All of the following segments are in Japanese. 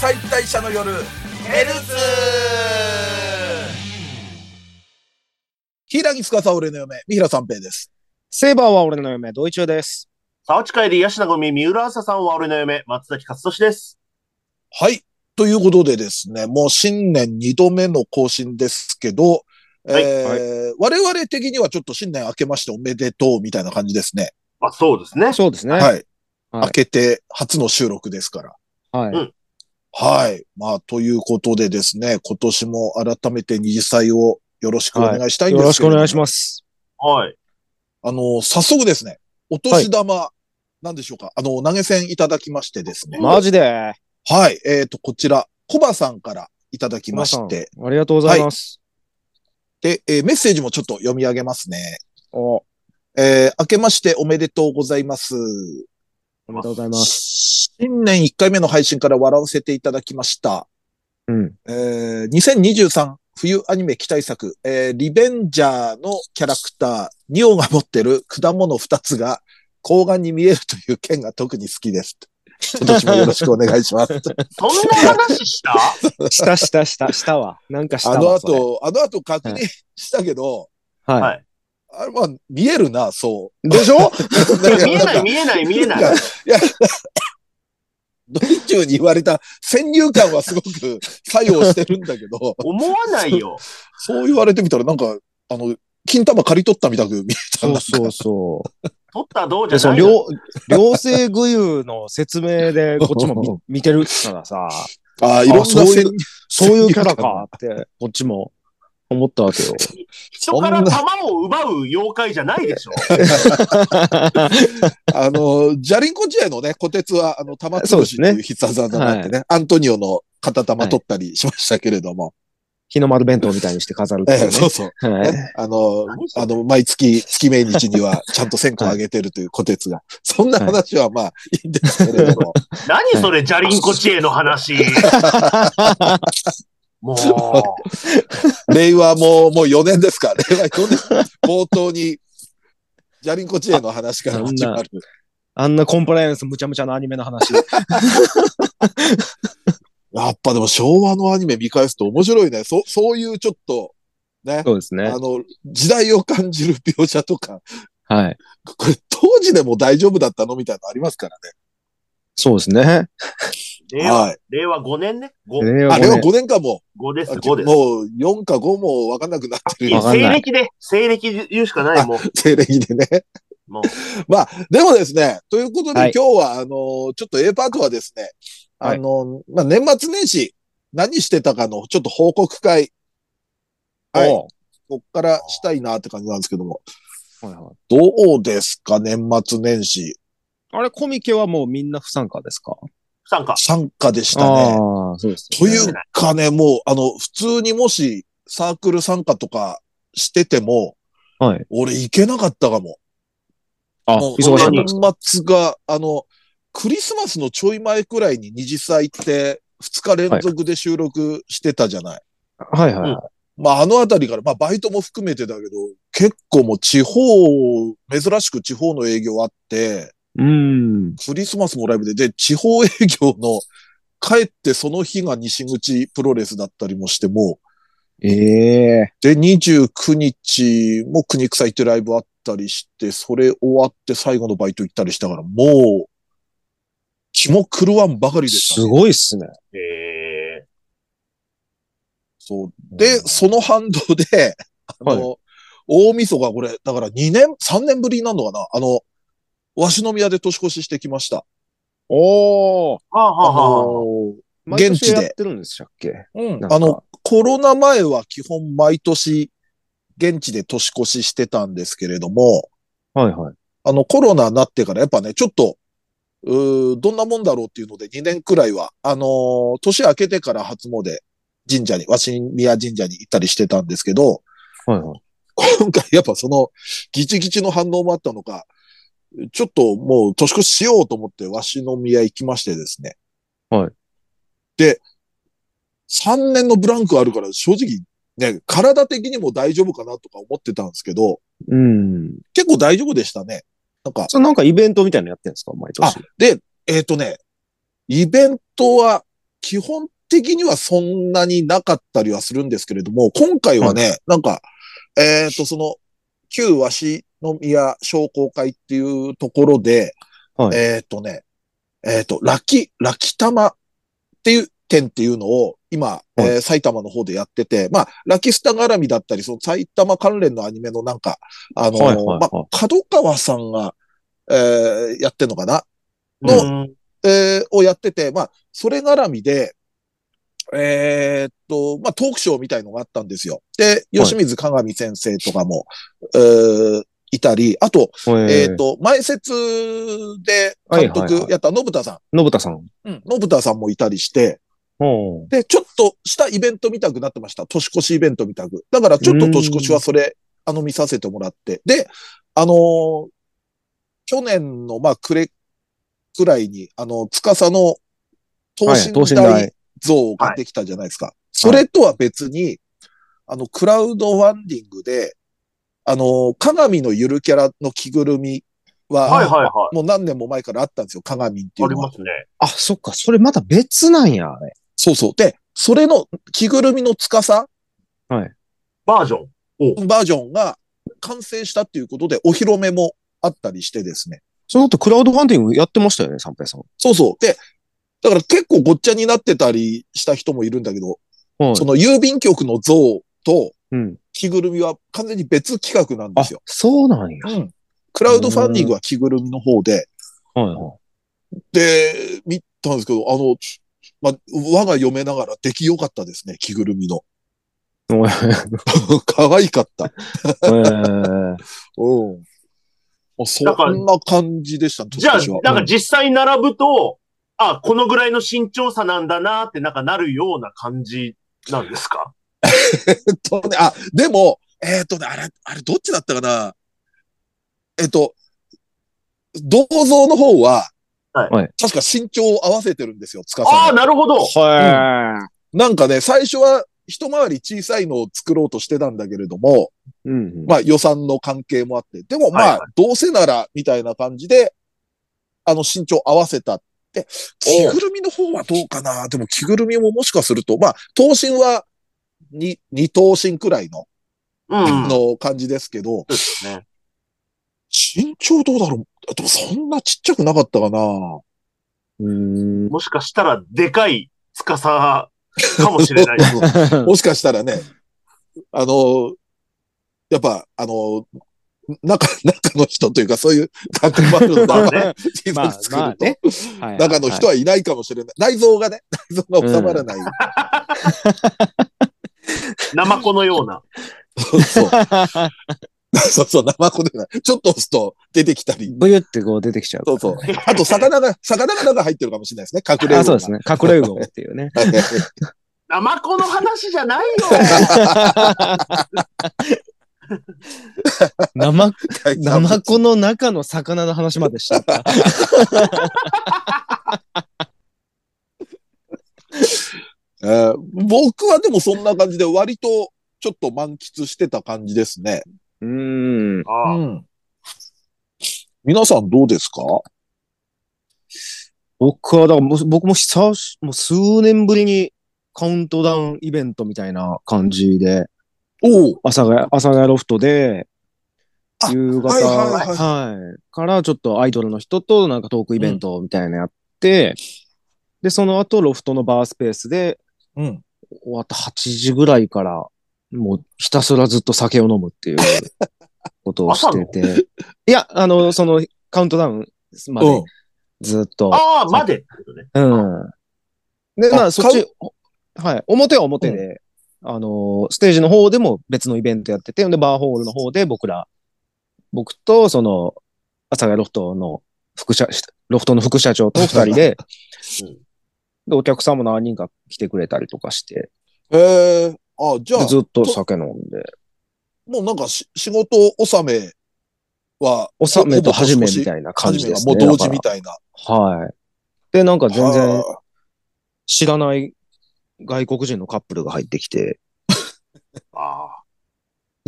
解体者の夜ヘルツ柊司俺の嫁三平三平ですセーバーは俺の嫁、同一中です。沢地会でヤシナゴミ、三浦朝さんは俺の嫁、松崎勝利です。はいということでですねもう新年2度目の更新ですけど、はいえー我々的にはちょっと新年明けましておめでとうみたいな感じですね。あ、そうですね。そうですね。はい。はい明けて初の収録ですから。はい。うんはい。まあ、ということでですね、今年も改めて二次祭をよろしくお願いしたいんよですろしけれくどもお願いします。はい。あの、早速ですね、お年玉、なんでしょうか。あの、投げ銭いただきましてですね。マジで。はい。えっ、と、こちら、コバさんからいただきまして、皆さんありがとうございます。で、えーメッセージもちょっと読み上げますね。お、えー明けましておめでとうございます。おめでとうございます。新年1回目の配信から笑わせていただきました。うん。えー2023冬アニメ期待作、えーリベンジャーのキャラクター、ニオが持ってる 果物2つが、睾丸に見えるという件が特に好きです。今年もよろしくお願いし ます。そんな話したしたしたしたしたわ。なんかしたあわ。のそれ。後、あの後確認したけど、は。はいあれは見えるな、そう。で しょ見えない、見えない、見えない。なんかいや、ドリチューに言われた先入観はすごく作用してるんだけ ど、思わないよ。そう言われてみたらなんか、あの、金玉借り取ったみたく見えたそなうそうそ 取ったらどうう。じで、ゃそなの、いの両、両性具有の説 明で、こっちも見見てるからさ、ああ、いろんなそういう先そういうキャラかって、こっちも思ったわけよ。 人から玉を奪う妖怪じゃないでしょ。 あの、ジャリンコ試合のね、小鉄は、あの、玉そう潰でしすとねいう必殺技があってね、アントニオの片玉取ったりしましたけれども、日の丸弁当みたいにして飾るっていえうえ、そうそう、ね。はいね。あの、 何それあの、毎月、月命日にはちゃんと線香あげてるという小鉄が。そんな話はまあ、いいんですけれども。何それ、じゃりんこ知恵の話。もう、令和も、もう4年ですか。令和4年、冒頭に、ジャリンコ知恵の話から始まる。あんなコンプライアンスむちゃむちゃなアニメの 話。やっぱでも昭和のアニメ見返すと面白いね。そ、そういうちょっと、ね。そうですねあ。の、時代を感じる描写とか、はい。これ当時でも大丈夫だったのみたいなのありますからそうですね。令ね。和、はい。令和5年ね。5、令あ和れは5 5年かも5でう。す、5です。もう4か5もわかんなくなってるいやよ。わかん西ない暦で、西暦で言うしかない、もう。 西暦でね。もうでもですね、ということで、はい今日は、あの、ちょっと A パートはですね、はあいの、まあ、年末年始、何してたかの、ちょっと報告会、年。はいおこっからしたいなって感じなんですけども、うはいはいどうですか、年末年始。あれ、コミケはもうみんな不参加ですか不参加。参加でしたね。ああ、そうですね。というかね、もう、あの、普通にもしサークル参加とかしてても、はい。俺行けなかったかも。あ、もう忙しいんです年末が、あの、クリスマスのちょい前くらいに二次祭って2日連続で収録してたじゃない。かはいはいはい。まあ、あのあたりから、まあ、バイトも含めてだけど、結構もう地方、珍しく地方の営業あって、うーん。クリスマスもライブで、で、地方営業の、帰ってその日が西口プロレスだったりもしても、ええで、29日も国臭いってライブあったりして、それ終わって最後のバイト行ったりしたから、もう、気も狂わんばかりでしたすね、ごいっすね。えそう。で、その反動で、あの、大晦日これ、だから2年、3年ぶりになるのかなあの、鷲宮で年越ししてきました。おお。ー。はああはあはあはあ。の毎年現地でやってるんでしたっけうんなんかあの、コロナ前は基本毎年、現地で年越ししてたんですけれども、はいはい。あの、コロナになってからやっぱね、ちょっと、うーどんなもんだろうっていうので、2年くらいは、あのー年明けてから初詣、神社に、鷲宮神社に行ったりしてたんですけど、 はいはい。今回やっぱその、ギチギチの反応もあったのか、ちょっともう年越ししようと思って、鷲宮行きましてですね。はい。で、3年のブランクあるから、正直、ね、体的にも大丈夫かなとか思ってたんですけど、うん。結構大丈夫でしたね。なんか、それなんかイベントみたいなのやってるんですか毎年。で、えっ、とね、イベントは基本的にはそんなになかったりはするんですけれども、今回はね、なんか、えっ、と、その、旧鷲宮商工会っていうところで、はいえっ、とね、えっ、と、ラキ、ラキ玉っていう店っていうのを、今、えー埼玉の方でやってて、まあ、ラキスタ絡みだったり、その埼玉関連のアニメのなんか、あのーはいはいはいまあ、角川さんが、えーやってんのかなの、うんえーをやってて、まあ、それ絡みで、えーっと、まあ、トークショーみたいのがあったんですよ。で、吉水鏡先生とかも、えーいたり、あと、えーっと、前説で監はいはいは督いやった信田さ信田さん。ん、うん信田さんもいたりして、うん。で、ちょっとしたイベント見たくなってました。年越しイベント見たく。だから、ちょっと年越しはそれ、あの、見させてもらって。で、あのー去年の、まあ、くれ、くらいに、あの、つかさの、等はい、等身身大大。像ができたじゃないですか。それとは別に、あの、クラウドファンディングで、あの、鏡のゆるキャラの着ぐるみは、はいはいはもう何年も前からあったんですよ、鏡っていい。あうりのはま。すね。あ、そっか、それまた別なんや、あれ。そうそう。で、それの着ぐるみの司バージョン。バージョンが完成したっていうことで、お披露目もあったりしてですね。その後クラウドファンディングやってましたよね、三平さん。そうそう。で、だから結構ごっちゃになってたりした人もいるんだけど、はいその郵便局の像とうん。着ぐるみは完全に別企画なんであすよ。、そうなんや。うん。クラウドファンディングは着ぐるみの方で、はいはで、見たんですけど、あの、まあ、我が嫁ながら出来良かったですね、着ぐるみ の。い。おい可愛かった。えーうん。あそだからんな感じでした、じゃあ年越しは、なんか実際並ぶと、あ、このぐらいの身長差なんだなって、なんかなるような感じなんですかえっとね、あ、でも、えっとね、あれ、あれどっちだったかなえっと、銅像の方は、はいはい確か身長を合わせてるんですよ、つかあさあ、ん。なるほど。はなんかね、最初は一回り小さいのを作ろうとしてたんだけれども、い。うん。まあ予算の関係もあって、でもまあ、はいはどうせなら、みたいな感じで、あの身長合わせたって、着ぐるみの方はどうかなでも着ぐるみももしかすると、まあ、頭身は2、二頭身くらいの、うん。そうの感じですけど、ですよね。身長どうだろうでもそんなちっちゃくなかったかなうーん。もしかしたら、でかい司かもしれ ない。 もしかしたらね、あの、やっぱ、あの、中、中の人というか、そういう学部のまあ中ね。まあ、作まるあと、ね。中の人ははいないかもしれない。内臓がね、内臓が収まらない。ナマコのような。そうそう。いはいはい。そうそう、生子でない。ちょっと押すと出てきたり。ブユってこう出てきちゃう。そうそう。あと、魚が、魚が中入ってるかもしれないですね。隠れあ、そうですね。。ね。隠れ魚っていう ねはいナマコの話じゃ ないよ。生、はい ナマコの中の魚の話までしたか。えー僕はでもそんな感じで割とちょっと満喫してた感じですね。うーん。あーん。皆さんどうですか僕は、だからもう僕も久し、もう数年ぶりにカウントダウンイベントみたいな感じで、おう阿佐ヶ谷、阿佐ヶ谷ロフトであ、夕方、はいはいはいはいからちょっとアイドルの人となんかトークイベントみたいなのやって、で、その後ロフトのバースペースでうん。終わった8時ぐらいから、もうひたすらずっと酒を飲 むっていうことをしてて。いや、あの、そのカウントダウンまうでん。ずっと。あー、までってことね。うん。で、まああそっち、おはい、表は表で、あのー、ステージの方でも別のイベントやってて、で、バーホールの方で僕ら、僕とその、阿佐ヶ谷ロフトの副社、ロフトの副社長と二人 でうん、で、お客さんも何人か来てくれたりとかして、えー、あ、じゃあで、ずっと酒飲んで。もうなんかし仕事納めは、おさめほとぼ始めみいたいなな感じですね。もう同時みたいな。だからはい。で、なんか全然は知らない外国人のカップルが入ってきて、ああ。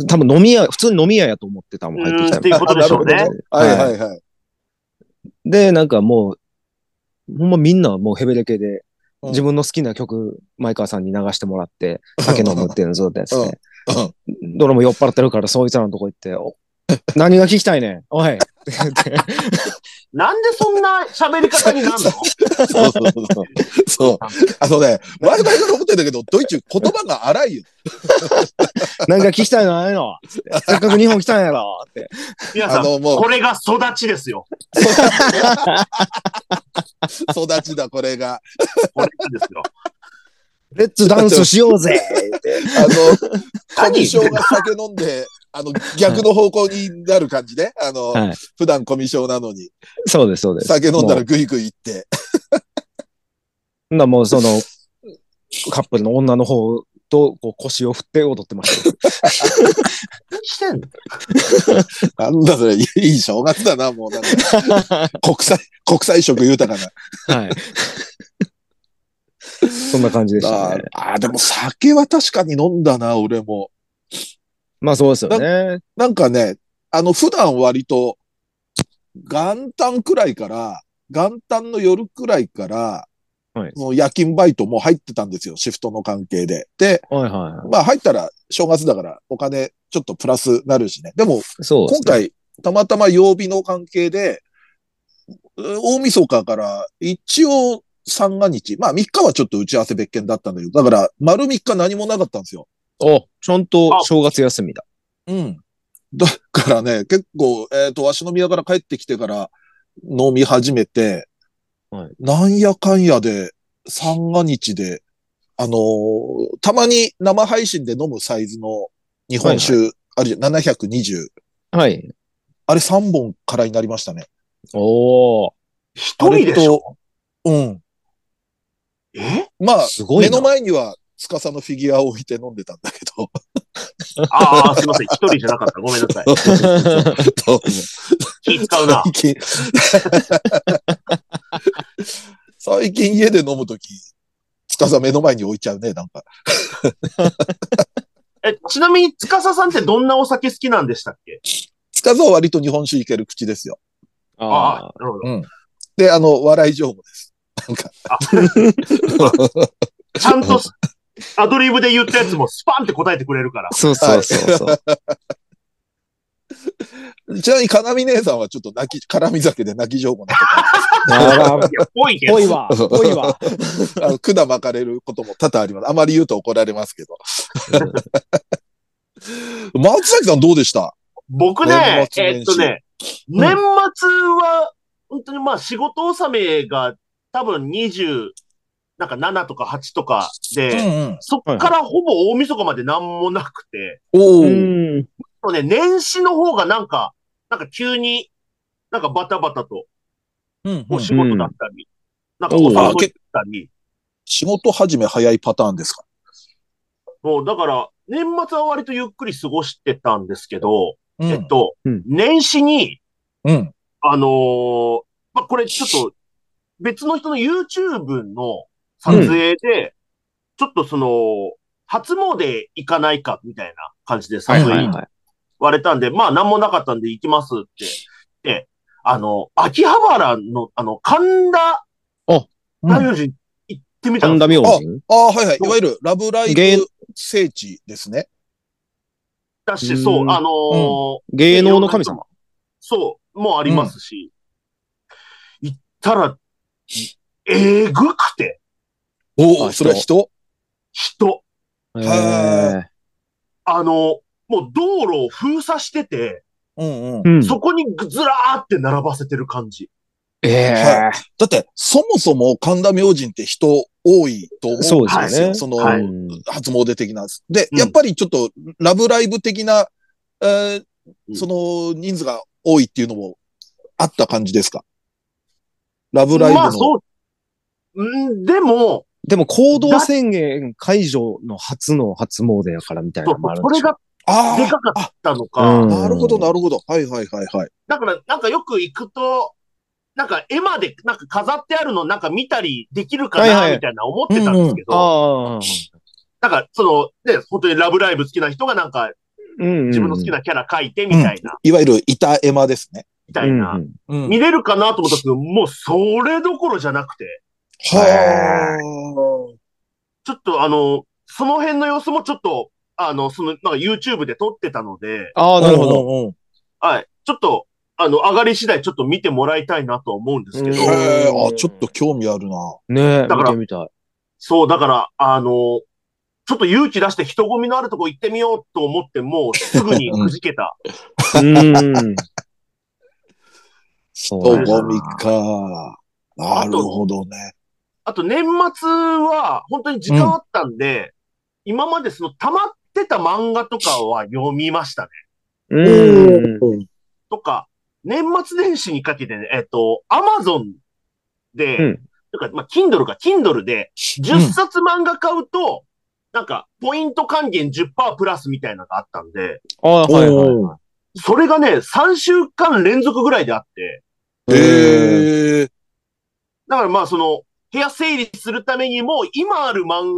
多分飲み屋、普通に飲み屋やと思って多分入ってきたみたうんっていうことでしょうねあなるあほどはねいは。はいいはい。で、なんかもう、ほんまみんなもうヘベレケで、うん自分の好きな曲、前川さんに流してもらって、酒飲むっていうのをずっとやってて、うん。どれも酔っ払ってるから、そいつらのとこ行って、お何が聞きたいねんおいって言ってなんでそんな喋り方に なるの そうそうそう。そう。あのね、ワイワイが残ってんだけど、ドイツ言葉が荒いよ。何か聞きたいのない のつってせっかく日本来たんやろって。皆あさん、の、もうこ、れが育ちですよ。育ちだ、これが。これです よ。レッツダンスしよ うぜあの、コミ何ショが酒飲んで、あの、逆の方向になる感じね。あの、はい普段コミショなのに、そうです、そうです。酒飲んだもらグイグイ行って。うなもうその、カップルの女の方とこう腰を振って踊ってましたよ。何してんのなんだそれ、いいいい正月だな、もうなんか。 国際、国際色豊かな。はい。 そんな感じでしたあね。あ、でも酒は確かに飲んだな、俺も。まあそうですよね。なんかね、あの、普段割と、元旦くらいから、元旦の夜くらいから、はいその夜勤バイトも入ってたんですよ、シフトの関係で。で、はいはまあ入ったら正月だからお金ちょっとプラスなるしね。でもい。そうです今ね。回たまたま曜日の関係で、う大晦日から一応三が日、まあ3日はちょっと打ち合わせ別件だったんだけど、だから丸3日何もなかったんですよ。お、ちゃんと正月休みだ。うん。だからね、結構、えっ、と、わしの宮から帰ってきてから飲み始めて、はいなんやかんやで、三が日で、あのーたまに生配信で飲むサイズの日本酒、あるじゃん、720。はい。あれ3本からになりましたね。おー。一人でしょあれとうん。えまあ、すご目いなの。前には、司のフィギュアを置いて飲んでたんだけど。 ああ、すいません。一人じゃなかった。ごめんなさい。と気使うな。最近、最近家で飲むとき、つかさ目の前に置いちゃうね、なんか。え、ちなみに、つかささんってどんなお酒好きなんでしたっけつかさは割と日本酒いける口ですよ。あ ああ、なるほど。で、あの、笑い情報です。なんか。ちゃんと、アドリブで言ったやつもスパンって答えてくれるからあ。。そうそうそうそう。ちなみに、かなみ姉さんはちょっと泣き、絡み酒で泣き情報 なあらいや、ぽいけどぽ。いわ、ぽいわ。とか、あの管巻かれることも多々あります。あまり言うと怒られますけ ど。松崎さんどうでした僕ね年、末年始えっとね、ん年末は、本当にまあ仕事納めが多分20、なんか7とか8とかうんで、うん。そっからほぼ大晦日までなんもなくて、お うー。ん。あとね、年始の方がなんか、なんか急に、なんかバタバタと、うんうおん仕事だったり、なんかおおう散歩行ったり、仕事始め早いパターンですかもうだから、年末は割とゆっくり過ごしてたんですけど、うんえっと、うん年始に、うん。あのーまあ、これちょっと、別の人の YouTube の撮影で、ちょっとその、初詣行かないかみたいな感じでは誘いいはい言はい。われたんで、まあ何もなかったんで行きますって言って、あの、秋葉原の、あの、神田、うあん大名人行ってみたん神で田すよ明神ああ、はいはい。いわゆるラブライ芸ブ聖地ですね。だし、そうう、んあのー芸能の神様。そう、もありますし、行ったら、えぐくて、おあお、それは人人。んはへあの、もう道路を封鎖してて、うんうんー。うんそこにぐずらーって並ばせてる感じ。ええ。だって、そもそも神田明神って人多いと思うんですよ。そうですよねその、はいうん初詣的な。で、うんやっぱりちょっと、ラブライブ的な、えーうんその人数が多いっていうのもあった感じですかラブライブの。まあそう。んでも、でも行動宣言解除の初の初詣やからみたいなそのうもあるんそでれしょがあでーかかったのうかん、なるほど、なるほど。はいはいはいはい。だからなんかよく行くと、なんか絵までなんか飾ってあるのなんか見たりできるかはいはないみたいな思ってたんですけど、ああ。なんかその、ね、本当にラブライブ好きな人がなんかうん。自分の好きなキャラ描いてみたいな、いわゆる板絵馬ですね。みたいなう、んうん。見れるかなと思ったんですけど、もうそれどころじゃなくて、はちょっとあの、その辺の様子もちょっと、あの、その、なんか YouTube で撮ってたので、あああ、なるほど。ど。はい。ちょっと、あの、上がり次第ちょっと見てもらいたいなとは思うんですけど、へえ、あ、ちょっと興味あるな。ねえ、だか見らてみたい。そう、だから、あの、ちょっと勇気出して人混みのあるとこ行ってみようと思って、もうすぐにくじけた。うん。そう人ね。混みか。なるほどね。あと年末は、本当に時間あったんで、今までその溜まってた漫画とかは読みましたね。うん。とか、年末年始にかけてね、えっと、アマゾンで、うんとか、まあ、Kindle か、Kindle で、10冊漫画買うと、なんか、ポイント還元10%プラスみたいなのがあったんで、ああ、はいはい。、おーそれがね、3週間連続ぐらいであって、へえ。だからまあその、部屋整理するためにも、今ある漫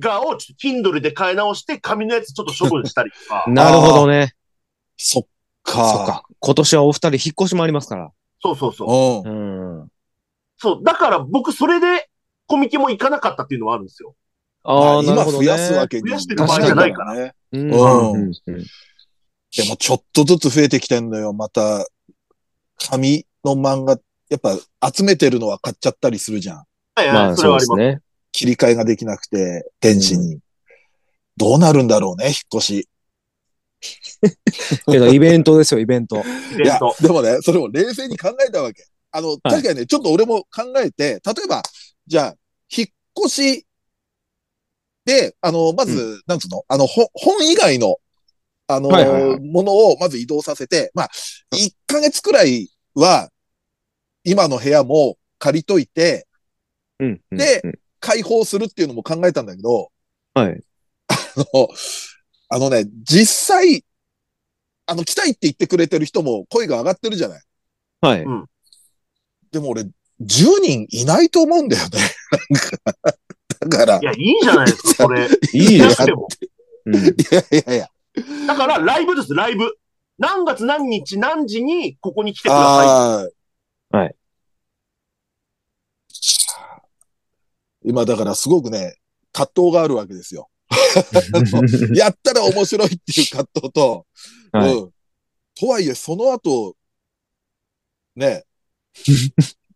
画をちょっと Kindle で買い直して、紙のやつちょっと処分したりとか なるほどね。そっそか。っか。今年はお二人引っ越しもありますから。そうそうそう。うん。うん。そう、だから僕それでコミケも行かなかったっていうのはあるんですよ。ああ、なる今ほど増ね。やすわけに増やしてる場合じゃないからね。うん。うんうんでもちょっとずつ増えてきてんのよ。また、紙の漫画、やっぱ集めてるのは買っちゃったりするじゃん。はいはい、まあ、それそうはあでりすます。ね。切り替えができなくて、電子に。どうなるんだろうね、引っ越し。けど、イベントですよ、イベント。いイベンやト、でもね、それも冷静に考えたわけ。あの、確かにね、ちょっと俺も考えて、例えば、じゃあ、引っ越しで、あの、まず、なんつうのあの、ほ本以外の、あの、はいはいはいものをまず移動させて、まあ、1ヶ月くらいは、今の部屋も借りといて、うん。でうん、開放するっていうのも考えたんだけど、はい。あの、あのね、実際、あの、来たいって言ってくれてる人も声が上がってるじゃない。はい。でも俺、10人いないと思うんだよね。 なんかだから、いいや、いいじゃないですか、それ。いやいでなす。くても。うんやいやいや。だから、ライブです、ライブ。何月何日何時にここに来てくださああ。はい。今だからすごくね、葛藤があるわけですよ。やったら面白いっていう葛藤と、 はいうん。とはいえ、その後、 ね、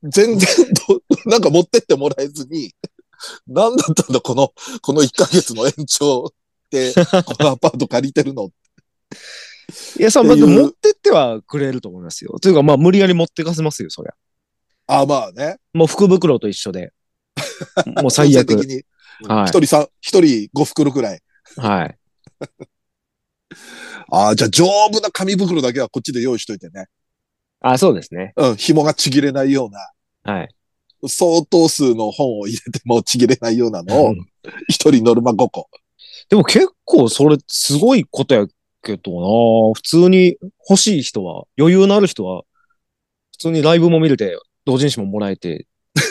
全然ど、なんか持ってってもらえずに、何だったんだ、この、この1ヶ月の延長で、このアパート借りてるの。いや、さ、まっあ、ていう持ってってはくれると思いますよ。というか、まあ、無理やり持ってかせますよ、そりゃ。ああ、まあね。もう福袋と一緒で。もう最強制悪。的に。は一人さん、一人5袋くらい。い。はい。ああ、じゃあ丈夫な紙袋だけはこっちで用意しといてね。あ、そうですね。うん、紐がちぎれないような、はい。相当数の本を入れてもちぎれないようなのうをん、一人ノルマ5個。でも結構それすごいことやけどな普通に欲しい人は、余裕のある人は、普通にライブも見れて、同人誌ももらえて、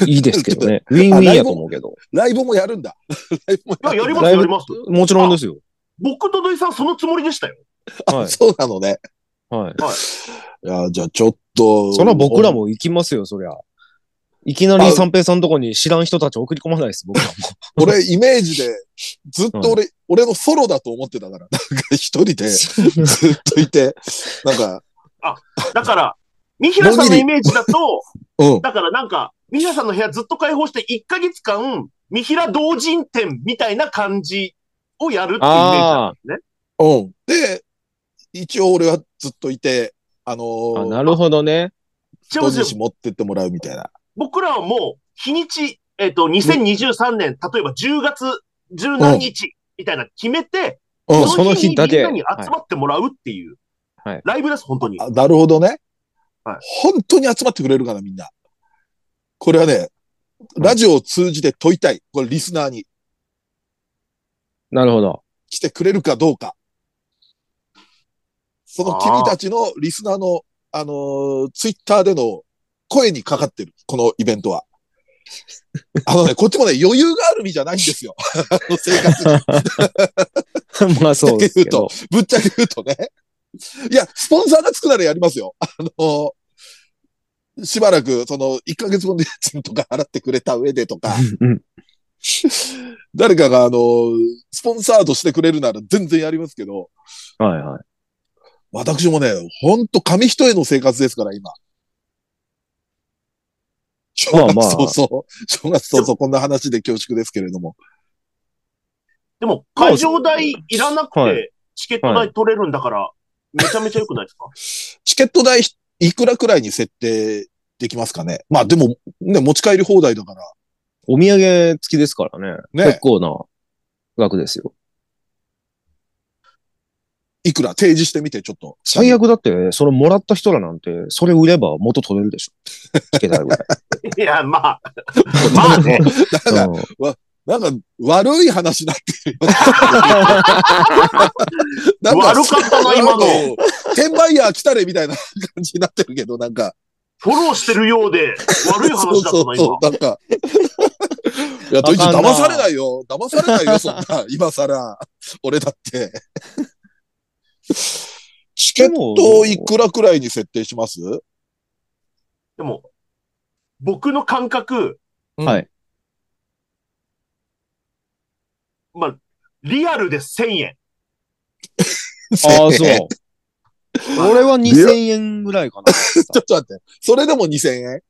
いいですけどね。ウィンウィンやと思うけど。ライブもやるんだ。 ライブもい。いや、やります、ライやブります。もちろんですよ。僕と土井さん、そのつもりでしたよ。はい。そうなのね。はい。いや、じゃあちょっと。そら僕ら。も行きますよ、そりゃ。いきなあり三平さんとこに知らん人たち送り込まないです、僕らも。俺、イメージで、ずっと俺、俺のソロだと思ってたから。なんか一人で、ずっといて、なんか、だから、三平さんのイメージだと、うん。だからなんか、三平さんの部屋ずっと開放して1ヶ月間、三平同人展みたいな感じをやるっていうイメージなんですね。うん。で、一応俺はずっといて、あのあー、なるほどね。ちなみ同人に誌持ってってもらうみたいな。僕らはもう、日にち、えっ、と、2023年、例えば10月10何日みたいな決めて、うんそのそ日にの日だけみんなに集まってもらうっていう、はいライブです、本当に。あなるほどね。はい本当に集まってくれるかな、みんな。これはね、ラジオを通じて問いたい。これリスナーになるほど。来てくれるかどうか。その君たちのリスナーの、あのツイッター Twitter での声にかかってる。このイベントは。あのね、こっちもね、余裕がある身じゃないんですよ。 あの生活に。 まあそうですけど。ぶ っちゃけ言うとね。いや、スポンサーがつくならやりますよ。あのしばらく、その、1ヶ月分の家賃とか払ってくれた上でとか、うん誰かが、あの、スポンサードしてくれるなら全然やりますけど、はいはい。私もね、ほんと紙一重の生活ですから、今。正まあ月まあ早々、正月早々こんな話で恐縮ですけれども。でも、会場代いらなくはて、チケット代取れるんだから、めちゃめちゃ良くないですか チケット代いくらくらいに設定できますかねまあでも、ね、持ち帰り放題だから、お土産付きですからね。ね結構な額ですよ。いくら提示してみて、ちょっと。最悪だって、それもらった人らなんて、それ売れば元取れるでしょ。つけたいぐら い。い や、まあ、まあね。なんか、うん なんか、悪い話になってるよ。なんか悪かったな、ん今の。か転売ヤー来たれみたいな感じになってるけど、なんか。フォローしてるよう で、悪いそう話だっそたうな、そ今。う、なんか。いや、ドイツあかんな騙されないよ。騙されないよ、そんな。 今更。俺だって。チケットいくらくらいに設定しますでも、僕の感覚、はい。まあ、リアルで1000円。ああ、そう。 ちょ 俺は2000円ぐらいかな。っと待って。それでも2000円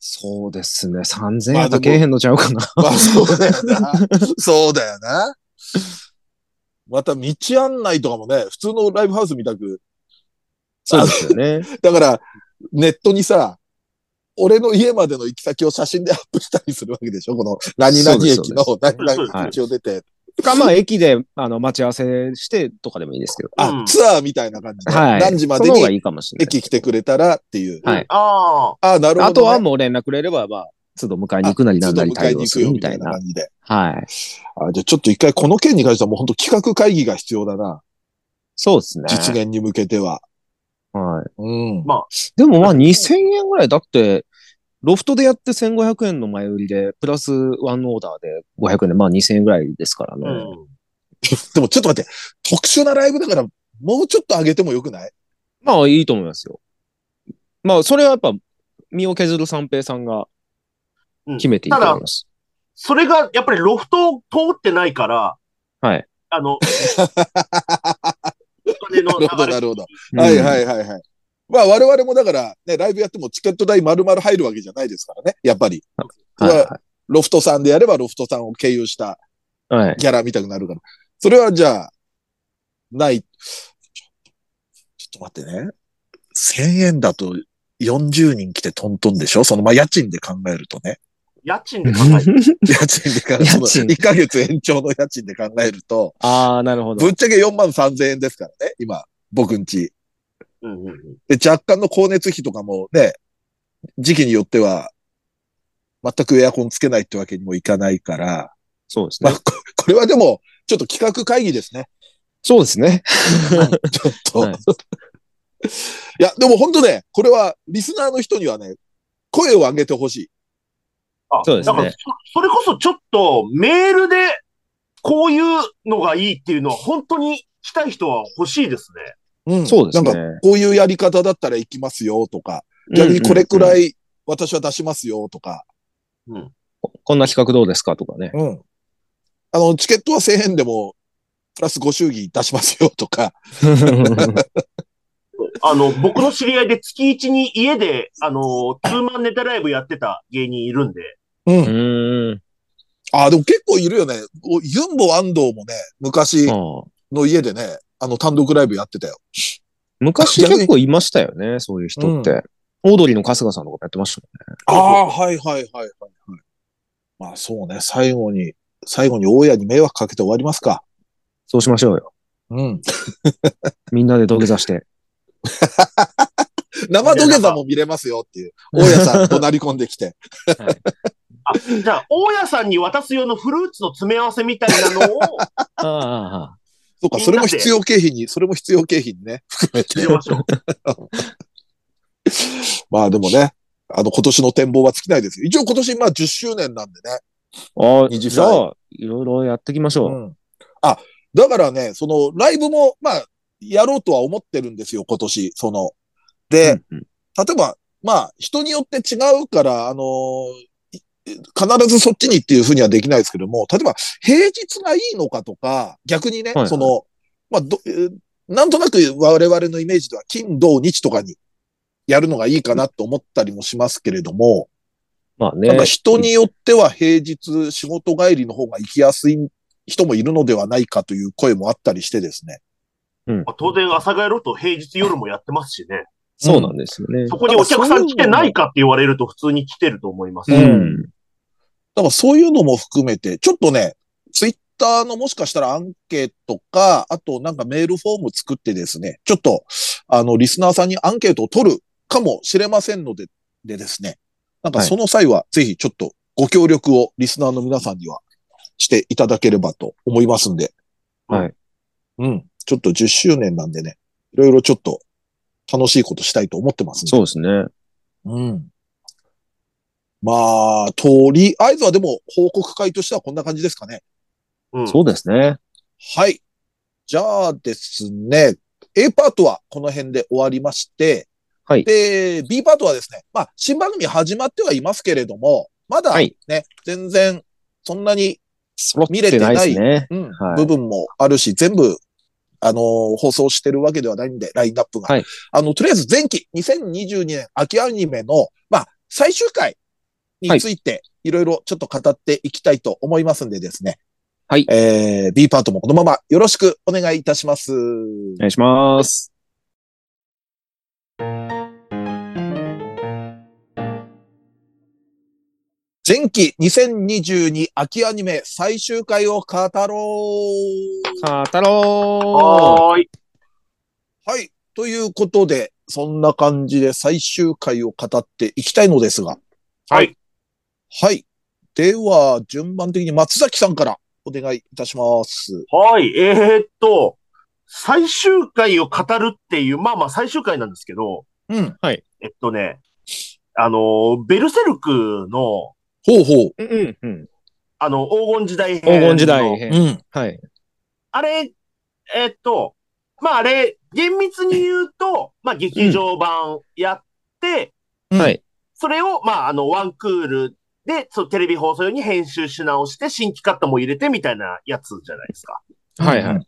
そうですね。3000円まあやったらけえへんのちゃう かな。 まあ、そうだよな。そうだよな。また道案内とかもね、普通のライブハウスみたく。そうですよね。だから、ネットにさ、俺の家までの行き先を写真でアップしたりするわけでしょこの、何々駅のそう何そう々駅を出て、か、まあ、駅で、あの、待ち合わせしてとかでもいいですけど。うあん、ツアーみたいな感じで、はい。何時までその方がにいいかもしれない。駅来てくれたらっていう。はいああ、ああ、なるほど、ね。あとはもう連絡くれれば、まあ、都度迎えに行くなりなんなり都度迎え対に応行すくよるみみたたいいなな感。じで。はい。あじゃあちょっと一回この件に関してはもう本当企画会議が必要だな。そうですね。実現に向けては。はい。うん。でもまあ、2000円ぐらいだって、ロフトでやって1500円の前売りで、プラスワンオーダーで500円で、まあ2000円ぐらいですからね。うん。でもちょっと待って、特殊なライブだから、もうちょっと上げてもよくないまあいいと思いますよ。まあそれはやっぱ、身を削る三平さんがうん決めていいと思います。それが、やっぱりロフトを通ってないから、はい。あの、お金の 流なるほど、れなるほど。はいはいはいはい。まあ我々もだから、ね、ライブやってもチケット代丸々入るわけじゃないですからね、やっぱり。うん。はいはロフトさんでやればロフトさんを経由したい。はい。ギャラみたくなるから。それはじゃあ、ない。ちょっと待ってね。1000円だと40人来てトントンでしょその、まあ家賃で考えると ね。家賃で考 えて。家賃で考えると、家賃1ヶ月延長の家賃で考えると、 ああ、なるほどぶ。っちゃけ4万3000円ですからね、今、僕んち。うんうんうんで、若干の光熱費とかもね、時期によっては、全くエアコンつけないってわけにもいかないから、そうですまあ、ねこ。これはでも、ちょっと企画会議です ね。そうですね。ちょっと。はいい、や、でも本当ね、これは、リスナーの人にはね、声を上げてほしい。あそうですねだからそ、それこそちょっとメールでこういうのがいいっていうのは本当に来たい人は欲しいですね。うんそうですねなんか、こういうやり方だったら行きますよとか、逆にこれくらい私は出しますよとか、うん。こんな企画どうですかと かね。うん。あの、チケットは1000円でも、プラスご祝儀出しますよとか、あの、僕の知り合いで月一に家で、あの、ツーマンネタライブやってた芸人いるんで、うんうーん。ああ、でも結構いるよね。おユンボ安藤もね、昔ああの家でね、あの単独ライブやってたよ。昔結構いましたよね、そういう人って。オードリーの春日さんとかもやってましたああ、はいはいはいはい。はいまあそうね、最後に、最後に大家に迷惑かけて終わりますか。そうしましょうよ。うん。みんなで土下座して。生土下座も見れますよっていう。大家さん怒鳴り込んできて。 あ、じゃあ、大家さんに渡す用のフルーツの詰め合わせみたいなのをああ、そうか、それも必要経費に、それも必要経費に ね、含め入てれ。ましょう。まあでもね、あの今年の展望は尽きないですよ。一応今年まあ10周年なんでね。ああ、二次祭じゃあ、いろいろやっていきましょうう。ん。あ、だからね、そのライブも、まあ、やろうとは思ってるんですよ、今年。その。で、うんうん例えば、まあ、人によって違うから、あのい必ずそっちにっていうふうにはできないですけども、例えば、平日がいいのかとか、逆にね、はいはいその、まあ、ど、えーなんとなく我々のイメージでは、金、土、日とかにやるのがいいかなと思ったりもしますけれども、まあね。なんか人によっては平日仕事帰りの方が行きやすい人もいるのではないかという声もあったりしてですね。うんまあ、当然、朝佐ヶ谷ロフト平日夜もやってますしね。そうなんですよね。そこにお客さん来てないかって言われると普通に来てると思います。ううんん。だからそういうのも含めて、ちょっとね、ツイッターのもしかしたらアンケートか、あとなんかメールフォーム作ってですね、ちょっと、あの、リスナーさんにアンケートを取るかもしれませんので、でですね、なんかはいその際はぜひちょっとご協力をリスナーの皆さんにはしていただければと思いますんで。はい。うん。ちょっと10周年なんでね、いろいろちょっと楽しいことしたいと思ってますんでそうですね。うん。まあ、とりあえずはでも報告会としてはこんな感じですかね。うんそうですね。はい。じゃあですね、A パートはこの辺で終わりまして、はいで、B パートはですね、まあ、新番組始まってはいますけれども、まだはねい、全然そんなに、揃っ見れててなないいですね。うんはい部分もあるし、全部、あのー放送してるわけではないんで、ラインナップが。はいあの、とりあえず前期、2022年秋アニメの、まあ、最終回について、いろいろちょっと語っていきたいと思いますんでですね。はいえー、B パートもこのままよろしくお願いいたします。お願いします。前期2022秋アニメ最終回を語ろうカタロはーい。はい。ということで、そんな感じで最終回を語っていきたいのですが。はい。はい。では、順番的に松崎さんからお願いいたします。はい。えーっと、最終回を語るっていう、まあまあ最終回なんですけど、うん。えっとね、あの、ベルセルクの、ほうほう。ー。うんうん。あの、黄金時代編。黄金時代。編。うん。はい。あれ、えっと、まああれ、厳密に言うと、まあ劇場版やって、うんはい。それを、まああの、ワンクールで、そうテレビ放送用に編集し直して、新規カットも入れてみたいなやつじゃないですか。はいはい。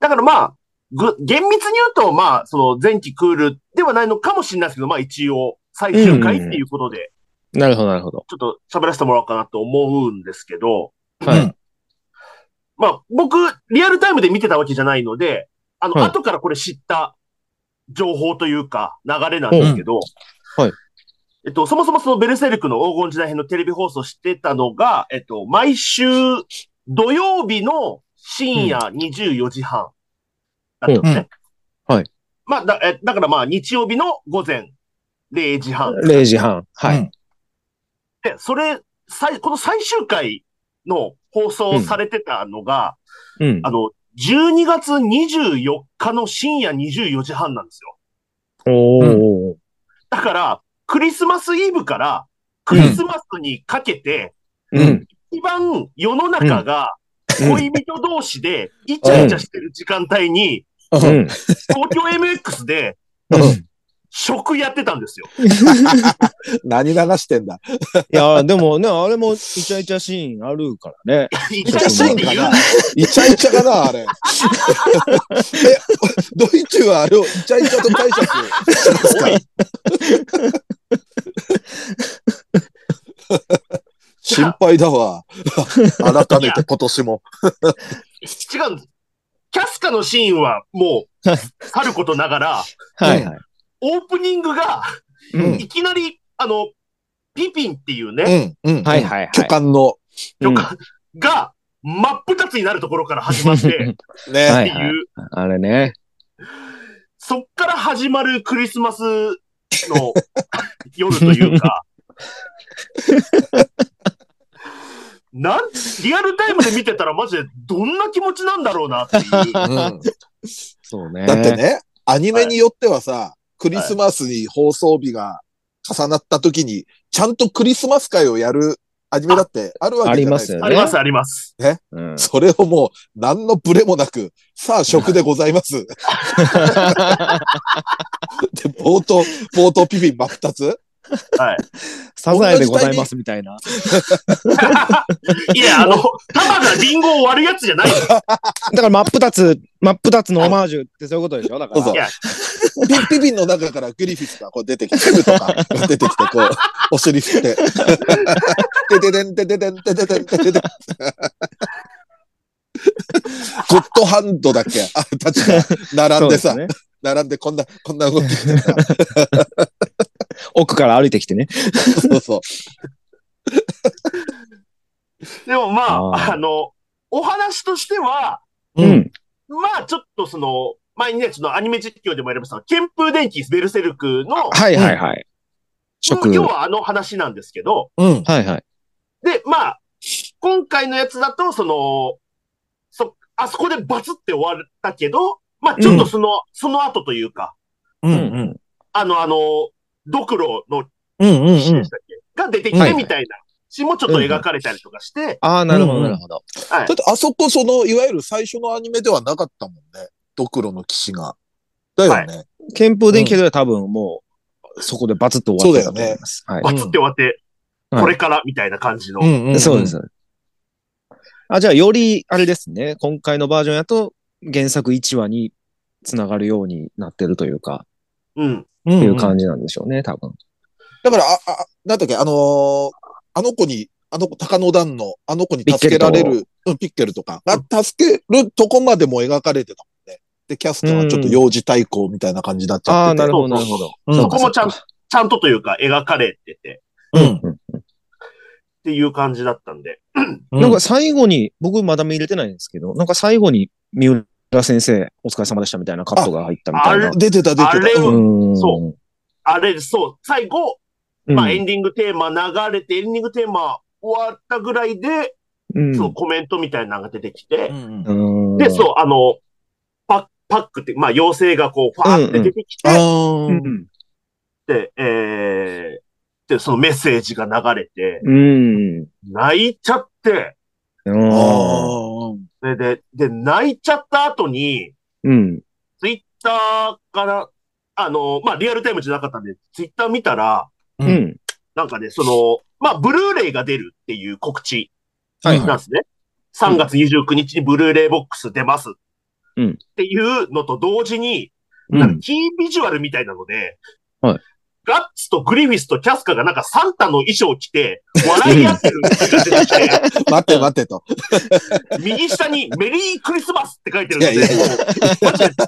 だからまあ、ぐ厳密に言うと、まあ、その前期クールではないのかもしれないですけど、まあ一応、最終回っていうことで、なるほど、なるほど。ちょっと喋らせてもらおうかなと思うんですけど、はい。うんまあ、僕、リアルタイムで見てたわけじゃないので、あの、はい後からこれ知った情報というか、流れなんですけど、うんはい。えっと、そもそもそのベルセルクの黄金時代編のテレビ放送してたのが、えっと、毎週土曜日の深夜24時半だったんですね。うんうんはい。まあ、だ、え、だからまあ、日曜日の午前0時半。 0時半。はうい。んで、それ、最、この最終回の放送されてたのが、うんあ。の、12月24日の深夜24時半なんですよ。おー。だから、クリスマスイブからクリスマスにかけて、うん。一番世の中がうん恋人同士でイチャイチャしてる時間帯に、ううん ん。東京 MX でうん食やってたんですよ。何流してんだ。いやー、でもね、あれもイチャイチャシーンあるからね。イイチチャャイチシャーっンてか言うなイチャイチャかなあれ。え、ドイツはあれをイチャイチャと解釈し ますか心配だわ。 改めて今年も。違うんです。キャスカのシーンはもう、あることながら、はいはい。オープニングがううんん。いきなり、あの、ピピンっていうね、うん、うん。はいはいはい。巨漢の、とか、が、真っ二つになるところから始まって、っていう、ね。 はいはい。あれね。そっから始まるクリスマスの 夜というか、 なん、リアルタイムで見てたらマジでどんな気持ちなんだろう なっていう。うんそうね。だって。ね、アニメによってはさ、クリスマスに放送日が重なった時に、ちゃんとクリスマス会をやるアニメだってあるわけじゃないですありますよか。ねありますあります。うん。それをもう何のブレもなく、さあ食でござい ます。で、冒頭、冒頭ピピン真っ二つはい。サザエでございますみたいな。いや、あの、ただがリンゴを割るやつ じゃないよ。だから真っ二つ、真っ二つのオマージュってそういうことでしょだかそうそうら。いやピッピピンの中からグリフィスがこう出てきて、とか出てきて、こう、お尻振って。でででんでででんでででんでででん。ゴッドハンドだっけあ、たちが並んでさ、そうすね並んでこんな、こんな動きしてさ。 奥から歩いてきてね。そうそう。でもまああ、ーあの、お話としては、うんうん。まあ、ちょっとその、前にね、ちょっとアニメ実況でもやりましたが、剣風電気ベルセルクの、はいはいはい。食。要ははあの話なんですけど、うん。いはい。で、まあ、今回のやつだと、その、そ、あそこでバツって終わったけど、まあ、ちょっとその、その後というか、うんん。あの、あの、ドクロのうんうん騎士でしたっけ、が出てきはいてはいみたいな詩もちょっと描かれたりとかして、ああ、なるほうんうどんなるほど。はいだっ。てあそこその、いわゆる最初のアニメではなかったもんね。ドクロの騎士が。だよね。憲法電気では多分もう、そこでバツッと終わってたと思います。はい。バツって終わって、うんこれからみたいな感じの。んんんそうで。す。あ、じゃあ、より、あれですね。今回のバージョンやと、原作1話につながるようになってるというか、うん。うんいううん感じなんでしょうね、多分。だから、あ、あ、なんだっけ、あのーあの子に、あの子、高野団の、あの子に助けられピッケる、うん、ピッケルとか、が助けるとこまでも描かれてたもんね。で、キャストはちょっと幼児対抗みたいな感じだったああ、なるほど、そうなそるうほど。うんそこもちゃんと。ちゃんとというか描かれてて、うん。っていう感じだったんで。うんなんか最後に、僕まだ見れてないんですけど、なんか最後に、三浦先生、お疲れ様でしたみたいなカットが入ったみたいあな。出てた、出てあれた。はうんうんそあれ、そう、最後、うん。まあエンディングテーマ流れて、エンディングテーマ終わったぐらいで、うんそのコメントみたいなのが出てきて、うんで、そう、あの、パパックって、まあ妖精がこう、ファーって出てきて、あうーん。で、えー、で、そのメッセージが流れて、うん。泣いちゃって、うんあー。それで、で、泣いちゃった後に、うん。ツイッターから、あの、まあ、リアルタイムじゃなかったんで、ツイッター見たら、ううんん。なんかね、その、まあ、ブルーレイが出るっていう告知はいなんですね。3月29日にブルーレイボックス出ます。うんっていうのと同時に、うなんんか。キービジュアルみたいなので、はいガッツとグリフィスとキャスカがなんかサンタの衣装を着て、笑い合ってるのが出てき て待って待ってと。右下にメリークリスマスって書いてるんで、いやいやいやもうマジでど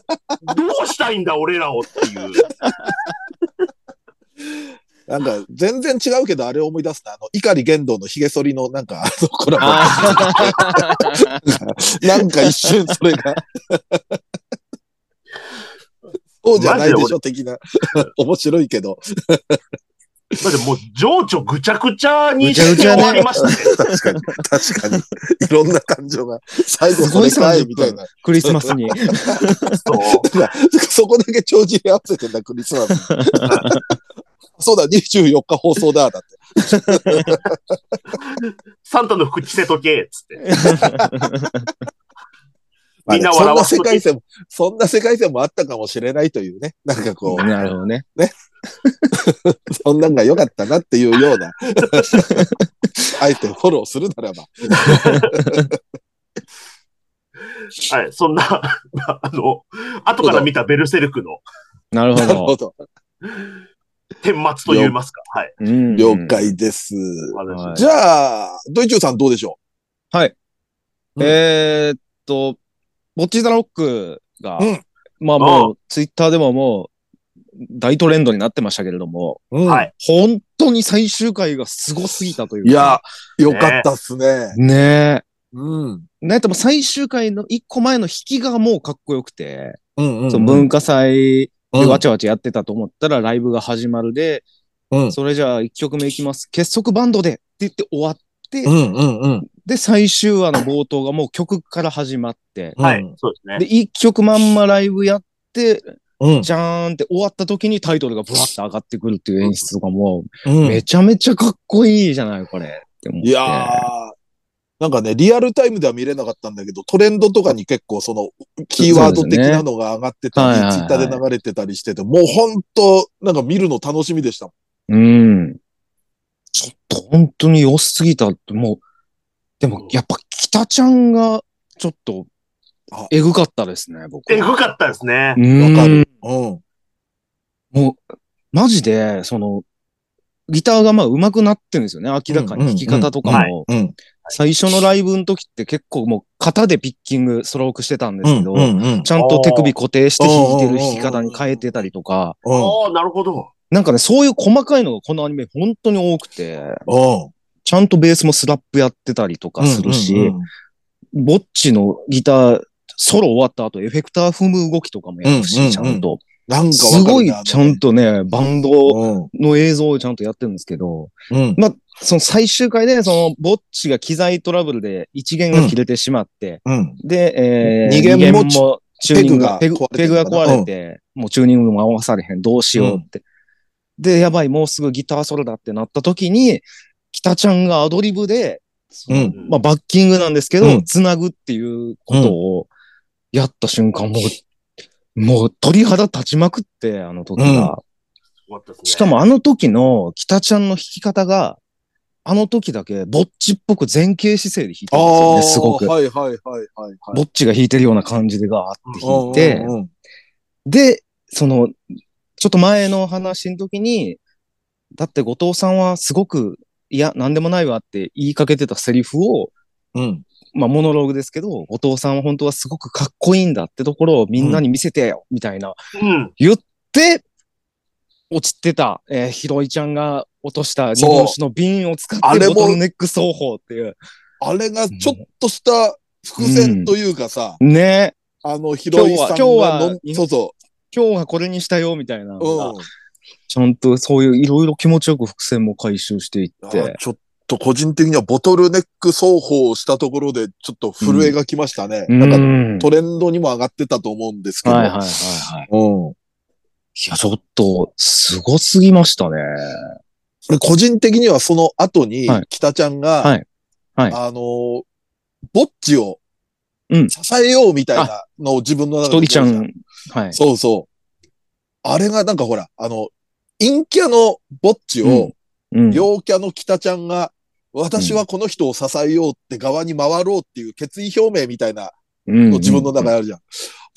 うしたいんだ俺らをっていう。なんか、全然違うけど、あれ思い出すな。あの、碇玄道の髭剃りの、なんか、あのコラボ。なんか一瞬それが。そうじゃないでしょ、的 な。面白いけど。だってもう情緒ぐちゃぐちゃにしてぐち終ゃぐちゃねわりましたね。確かに、確 かに。いろんな感情が、最後それかいみたいな。クリスマスに。そう そこだけ帳尻合わせてんだ、クリスマ ス。そうだ、24日放送だ、だって。サンタの服着せとけ、っつって。みんなまあねそ笑んなわせ世と界け。線も、そんな世界線もあったかもしれないというね。なんかこう、なるほどね。そんなんが良かったなっていうよ うな、あえてフォローするならば。はい、そんな、 あの、後から見たベルセルクのなるなるほほど。ど。顛末と言いますか。はい。うん了。解です。お話はいじゃあ、ドイチューさんどうでしょえーっと、ボッチザロックがうん、まあもう、ツイッターでももう、大トレンドになってましたけれども、う、うんはい本当に最終回がすごすぎたというか。いや、よかったっすね。ねうん。え。なんとも最終回の一個前の引きがもうかっこよくて、うんうん。その文化祭うでんわちゃわちゃやってたと思ったらライブが始まるで、うんそれじゃあ一曲目いきます。結束バンドでって言って終わって、うんうんうん。で、最終話の冒頭がもう曲から始まって、はういん、そうですね。で、一曲まんまライブやって、うん。じゃーんって終わった時にタイトルがブワッと上がってくるっていう演出とかも、うんめちゃめちゃかっこいいじゃない、これ。って思っていやー。なんかね、リアルタイムでは見れなかったんだけど、トレンドとかに結構その、キーワード的なのが上がってたそうり、でツすイねッターで流れてたりしてて、もう本当なんか見るの楽しみでしたもうん。ちょっと本当に良すぎたって、もう、でもやっぱ北ちゃんがちょっとあ、えぐかったですね、僕。えぐかったですね。うんわかる。うん。もう、マジで、その、ギターがまあ上手くなってるんですよね、明らかに。弾き方とかうんうんも。うん。最初のライブの時って結構もう型でピッキング、ストロークしてたんですけど、うんうんちゃんと手首固定して弾いてる弾き方に変えてたりとか、うん。ああ、なるほど。なんかね、そういう細かいのがこのアニメ本当に多くて、うん。ちゃんとベースもスラップやってたりとかするし、うんうんうんぼっちのギター、ソロ終わった後、エフェクター踏む動きとかもやるし、うんうんうんちゃんと。なんかすわかごるいなちゃんとね、バンドうん。の映像をちゃんとやってるんですけど、うん。その最終回で、その、ぼっちが機材トラブルで一弦が切れてしまって、うん。で、えー、二弦も二弦もチューニングが、ペペググがペグが壊れてるのかな壊れて、もうチューニングも合わされへん、どうしようって。で、やばい、もうすぐギターソロだってなった時に、北ちゃんがアドリブで、そのうんまあ、バッキングなんですけうど、んつなぐっていうことをやった瞬間、もう、もう鳥肌立ちまくって、あの時が。よかったですねしか、もあの時の北ちゃんの弾き方が、あの時だけぼっちっぽく前傾姿勢で弾いたんですよああ。ね、すごく。はいはいはいはいはい。ぼっちが弾いてるような感じでガーって弾いてう、んうんで、その、ちょっと前の話の時に、だって後藤さんはすごく、いや、なんでもないわって言いかけてたセリフを、うん。うん。まあ、モノローグですけど、後藤さんは本当はすごくかっこいいんだってところをみんなに見せてよ、みたいな。うん。言って、落ちてた、えーヒロイちゃんが落とした日そう本酒の瓶を使ってあれもボトルネック奏法っていう。あれがちょっとした伏線というかさ、ねあの、ヒロイさんが今日はのん今日はそうそ今日はこれにしたよ、みたいなのう。が。うん。ちゃんとそういういろいろ気持ちよく伏線も回収していっあてー。ちょっと個人的にはボトルネック奏法をしたところでちょっと震えがきましたね。うなんかんトレンドにも上がってたと思うんですけど。はいはいはいはい。うん。いや、ちょっと、すごすぎましたね。で個人的にはその後にはい、北ちゃんが、はいはいあのーぼっちをうん支えようみたいなのを自分のひ中とで。りちゃん。はい。そうそう。あれがなんかほら、あの、陰キャのぼっちを、うんうん陽キャの北ちゃんが、私はこの人を支えようって側に回ろうっていう決意表明みたいなうんの自分の中であるじゃん。うん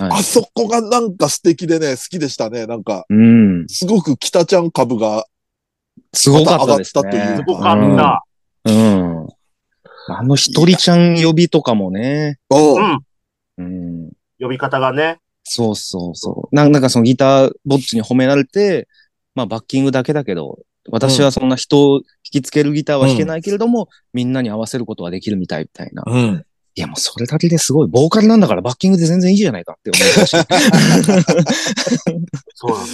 はいあそこがなんか素敵でね、好きでしたね。なんか、うん。すごく北ちゃん株が、すごかったですね。また上がったってすごかっうた。ん。うん。あの、ひとりちゃん呼びとかもね。う。うんうん。ん。呼び方がね。そうそうそう。なんなんかそのギターぼっちに褒められて、まあバッキングだけだけど、私はそんな人を引きつけるギターは弾けないけれども、みんなに合わせることはできるみたいみたいな。うん。いやもうそれだけですごい、ボーカルなんだからバッキングで全然いいじゃないかって思いました。そうなんだ。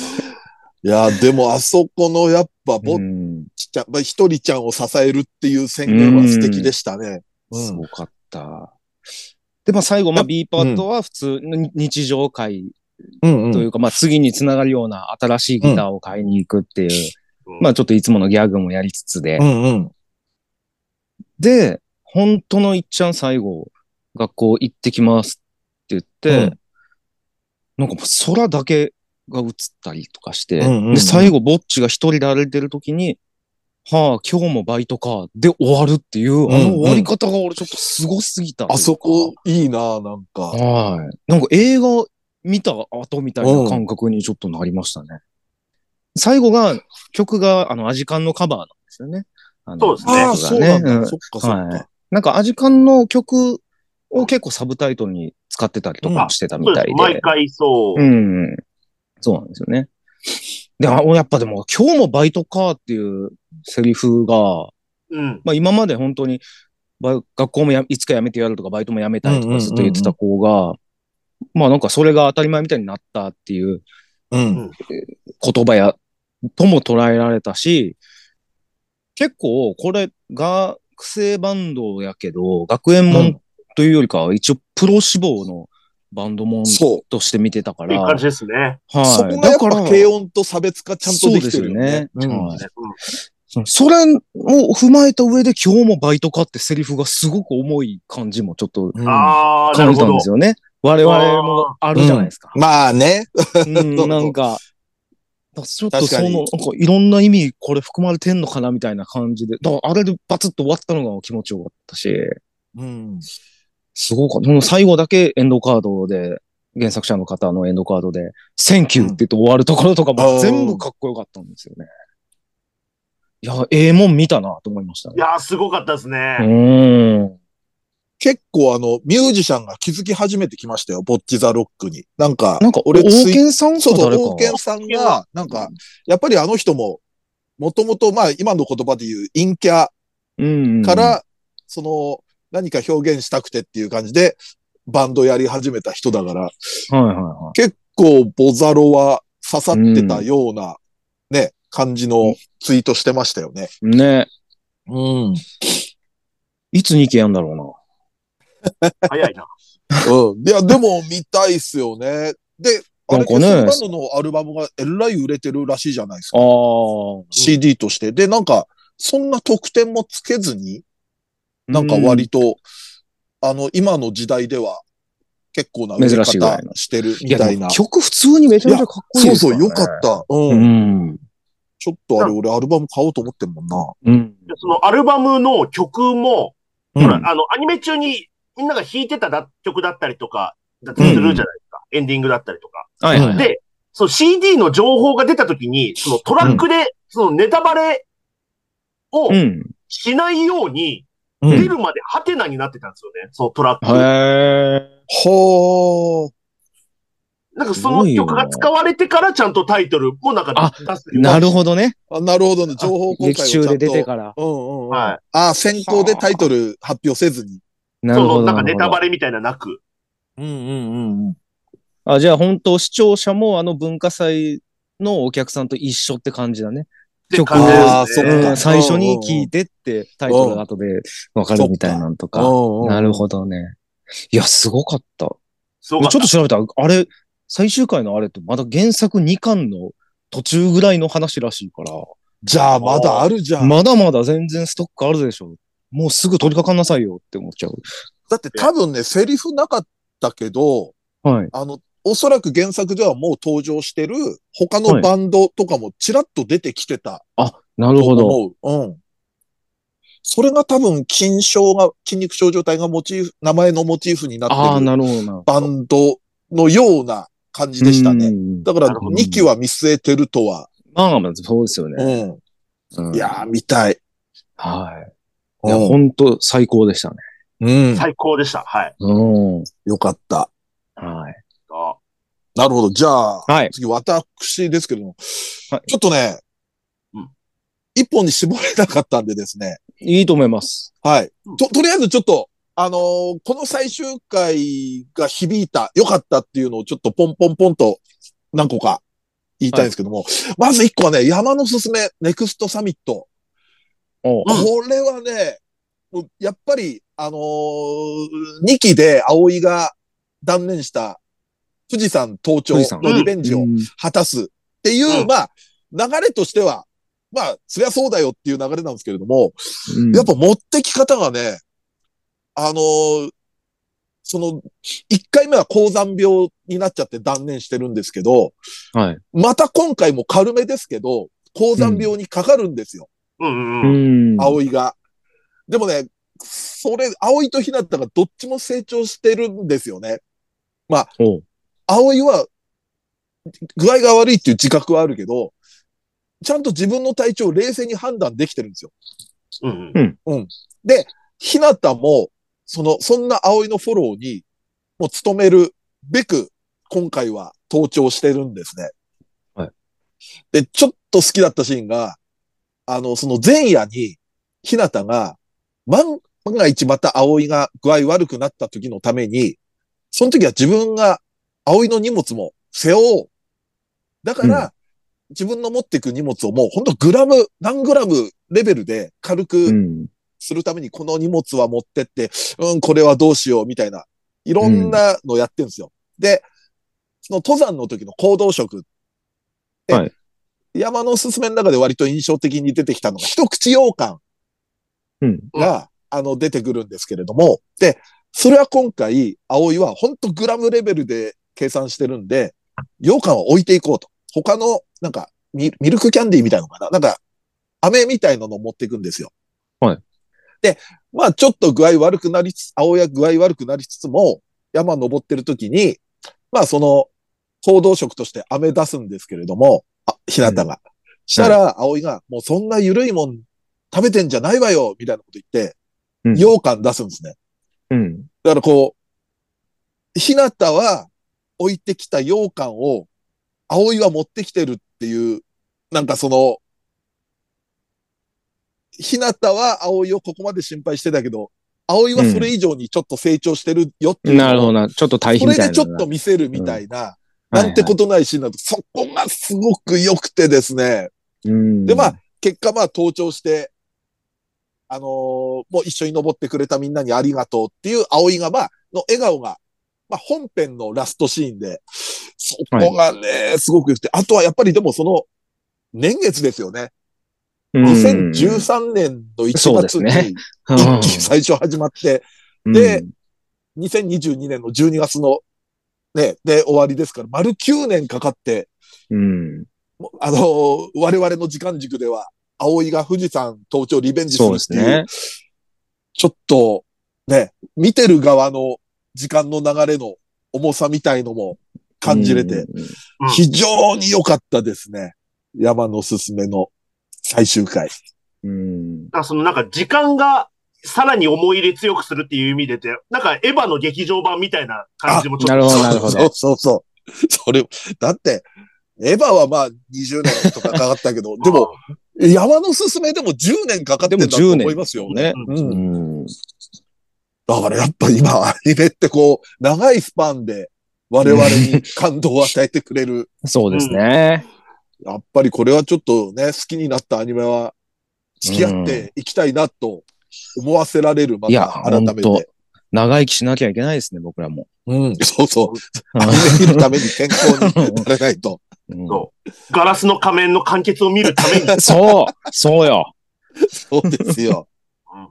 いや、でもあそこのやっぱ、ぼ うっん、ちちゃん、まあ一人ちゃんを支えるっていう宣言は素敵でしたね。 すごかった。で、まあ最後、まあや B パートは普通の日常会うんうといん。うか、まあ次につながるような新しいギターを買いに行くっていう、うんまあちょっといつものギャグもやりつつで、うんうん。で、本当のいっちゃん最後、学校行ってきますって言って、なんかもう空だけが映ったりとかして、うんうんうんで、最後、ぼっちが一人で歩いてる時に、はあ、今日もバイトか、で終わるっていう、あうんの終わり方が俺ちょっとすごすぎたというあかそこ、いいななんか。はい。なんか映画見た後みたいな感覚にちょっとなりましたね。最後が、曲が、あの、アジカンのカバーなんですよね。あのそうですねああ、そうなんだ。んそっかそっはいか。なんかアジカンの曲を結構サブタイトルに使ってたりとかもしてたみそうたですいで毎。回そうう。ん。そうなんですよね。で、あやっぱでも、今日もバイトかっていうセリフが、うん。まあ今まで本当に、ば学校もやいつか辞めてやるとか、バイトも辞めたいとかずっと言ってた子が、まあなんかそれが当たり前みたいになったっていううん。言葉や、とも捉えられたし、結構これ学生バンドやけど、学園もんというよりかは一応プロ志望のバンドもんそう。として見てたかいいら、感じですね。そはこい。がやっだかぱら、軽音と差別化ちゃんとできてるよね。そうですよねうんはいうんそのそれを踏まえた上で今日もバイトかってセリフがすごく重い感じもちょっとうんああ、な感るじほたんどで。すよね。我々もあるじゃないですか。まあね。うん、なんか、だからちょっと確かそにの、なんかいろんな意味これ含まれてんのかなみたいな感じで、だからあれでバツッと終わったのが気持ちよかったし、うん。すごかった。もう最後だけエンドカードで、原作者の方のエンドカードで、センキューって言って終わるところとかうもん全部かっこよかったんですよね。いや、ええもん見たなと思いましたいね。やー、すごかったですねう。ーん。結構あの、ミュージシャンが気づき始めてきましたよ。ボッチザロックに。なんか、なんか、俺俺、ツイ王健さんかそうそう、誰か。王健さんが、なんか、やっぱりあの人も、もともと、まあ今の言葉で言う陰キャうんうんから、その、何か表現したくてっていう感じで、バンドやり始めた人だから、はいはいは結構ボザロは刺さってたような、ね、感じのツイートしてましたよね。い。ねうん。いつ2期やんだろうな。早いな。うん。いや、でも見たいっすよね。で、あれ、なんかケねスバンドのアルバムがえらい売れてるらしいじゃないですか。あ CD として。で、なんか、そんな特典もつけずに、あ。なんか割と、あの、今の時代では結構な売れ珍方しいぐらいのしてるうんみたいな。やでも曲普通にめちゃめちゃかっこいいそうですそう、らねよかっ。た。うん。うん。ちょっとあれ、俺アルバム買おうと思ってんもんな。うん。でそのアルバムの曲も、うんほら、あの、アニメ中にみんなが弾いてた楽曲だったりとか、だったりするじゃないですか。エンディングだったりとか。はいはいはい。で、その CD の情報が出た時に、そのトラックで、そのネタバレをうん。しないよううに、ん出るまでハテナになってたんですよね。そのトラック。へえ。ほー。なんかその曲が使われてからちゃんとタイトルもなんか出すようになるほどね。あなるほどね。情報公開をちゃ劇んと。中で出てから。うんうんうん。はいああ、先行でタイトル発表せずに。なそるほのど。なんかネタバレ。レみたいななく。うんうんうんうん。あ、じゃあ本当視聴者もあの文化祭のお客さんと一緒って感じだね。って感じああ、ですそね。っうか。ん、最初に聞いてってタイトルが後でわかるみたいなのとうんか。うん。なるど。ほどね。いや、すごかった。そうかちょっと調べたら、あれ、最終回のあれってまだ原作2巻の途中ぐらいの話らしいから、じゃあ、まだあるじゃん。まだまだ全然ストックあるでしょ。もうすぐ取り掛かんなさいよって思っちゃう。だって多分ね、セリフなかったけど、はい。あの、おそらく原作ではもう登場してる他のバンドとかもちらっと出てきてたあ、なるとほど。思う。うん。それが多分、筋症が、筋肉症状体がモチーフ、名前のモチーフになあっあ、てるなるほどな。バンドのような感じでしたうね。んだからなるほど2期は見据えてるとは。まあまあ、そうですよね。うん。うんいやー、見たい。はい。いや、うん。本当最高でしたね。うん最高でした。はい。うん。よかった。はい。あなるほど。じゃあ、はい。次、私ですけども、はいちょっとねうん、一、本に絞れなかったんでですね、いいと思います。はい。うんと、とりあえずちょっと、あのーこの最終回が響いた、良かったっていうのをちょっとポンポンポンと何個か言いたいんですけども、まず一個はね、山のすすめ、ネクストサミット。おううんこれはね、もうやっぱり、あのー、2期で葵が断念した富士山登頂富士山のリベンジをうん果たすっていう、うんまあ、流れとしては、まあ、そりゃそうだよっていう流れなんですけれども、うんやっぱ持ってき方がね、あのーその、1回目は高山病になっちゃって断念してるんですけど、はい。また今回も軽めですけど、高山病にかかるんですよ、うんうんううん。ん。葵が。でもね、それ、葵と日向がどっちも成長してるんですよね。おう葵は、具合が悪いっていう自覚はあるけど、ちゃんと自分の体調を冷静に判断できてるんですよ。うんううんん。で、ひなたも、その、そんな葵のフォローに、もう務めるべく、今回は登頂してるんですね。はい。で、ちょっと好きだったシーンが、あの、その前夜に、ひなたが、万万が一また葵が具合悪くなった時のために、その時は自分が葵の荷物も背負おう。だから、自分の持っていく荷物をもうほんとグラム、何グラムレベルで軽くうん。するためにこの荷物は持ってって、うん、これはどうしようみたいな、いろんなのやってるんですよ。で、その登山の時の行動食って、はい山のおすすめの中で割と印象的に出てきたのが、一口羊羹うん。が、あの、出てくるんですけれども、で、それは今回、葵は本当グラムレベルで計算してるんで、羊羹は置いていこうと。他の、なんか、ミミルクキャンディーみたいのかななんか、飴みたいなのを持っていくんですよ。はい。で、まあちょっと具合悪くなりつつ、青や具合悪くなりつつも、山登ってる時に、まあその、行動食として飴出すんですけれども、あ、ひなたが。したら、葵が、もうそんな緩いもん食べてんじゃないわよみたいなこと言って、うん羊羹出すんですね。うん。だからこう、ひなたは置いてきた羊羹を、葵は持ってきてるっていう、なんかその、ひなたは葵をここまで心配してたけど、葵はそれ以上にちょっと成長してるよっていうのを、なるほどな。ちょっと対比そみれたいでな。ちょっと見せるみたいな、はいはい、なんてことないシーンなんで、そこがすごく良くてですね。うん。で、まあ、結果まあ登頂して、あのーもう一緒に登ってくれたみんなにありがとうっていう葵がまあ、の笑顔が、まあ本編のラストシーンで、そこがね、すごく良くて、あとはやっぱりでもその、年月ですよね。うん、 2013年の1そうで月すに、ね一気に最初始まって、うんで、2022年の12月の、ね、で終わりですから、丸9年かかって、うん。もうあのー我々の時間軸では、葵が富士山登頂リベンジするそうでっすていう、ね。ちょっと、ね、見てる側の時間の流れの重さみたいのも感じれて、うん。うん非常に良かったですね。山のすすめの最終回。うん。だからそのなんか時間がさらに思い入れ強くするっていう意味でて、なんかエヴァの劇場版みたいな感じもちょっと。なるほど、なるほそうど。そうそう。それ、だって、エヴァはまあ20年とかかかった けど、でも、山のすすめでも10年かかってんだと思いますよね。でも10うんうん。だからやっぱ今、アニメってこう、長いスパンで我々 に感動を与えてくれる。そうですね。やっぱりこれはちょっとね、好きになったアニメは付き合っていきたいなと思わせられる、まいや、た改本め当て。長生きしなきゃいけないですね、僕らも。うん、 そうそう。うんアニメ見るために健康になれないと。うんそガラスの仮面の完結を見るために。そう、そうよ。そうですようん。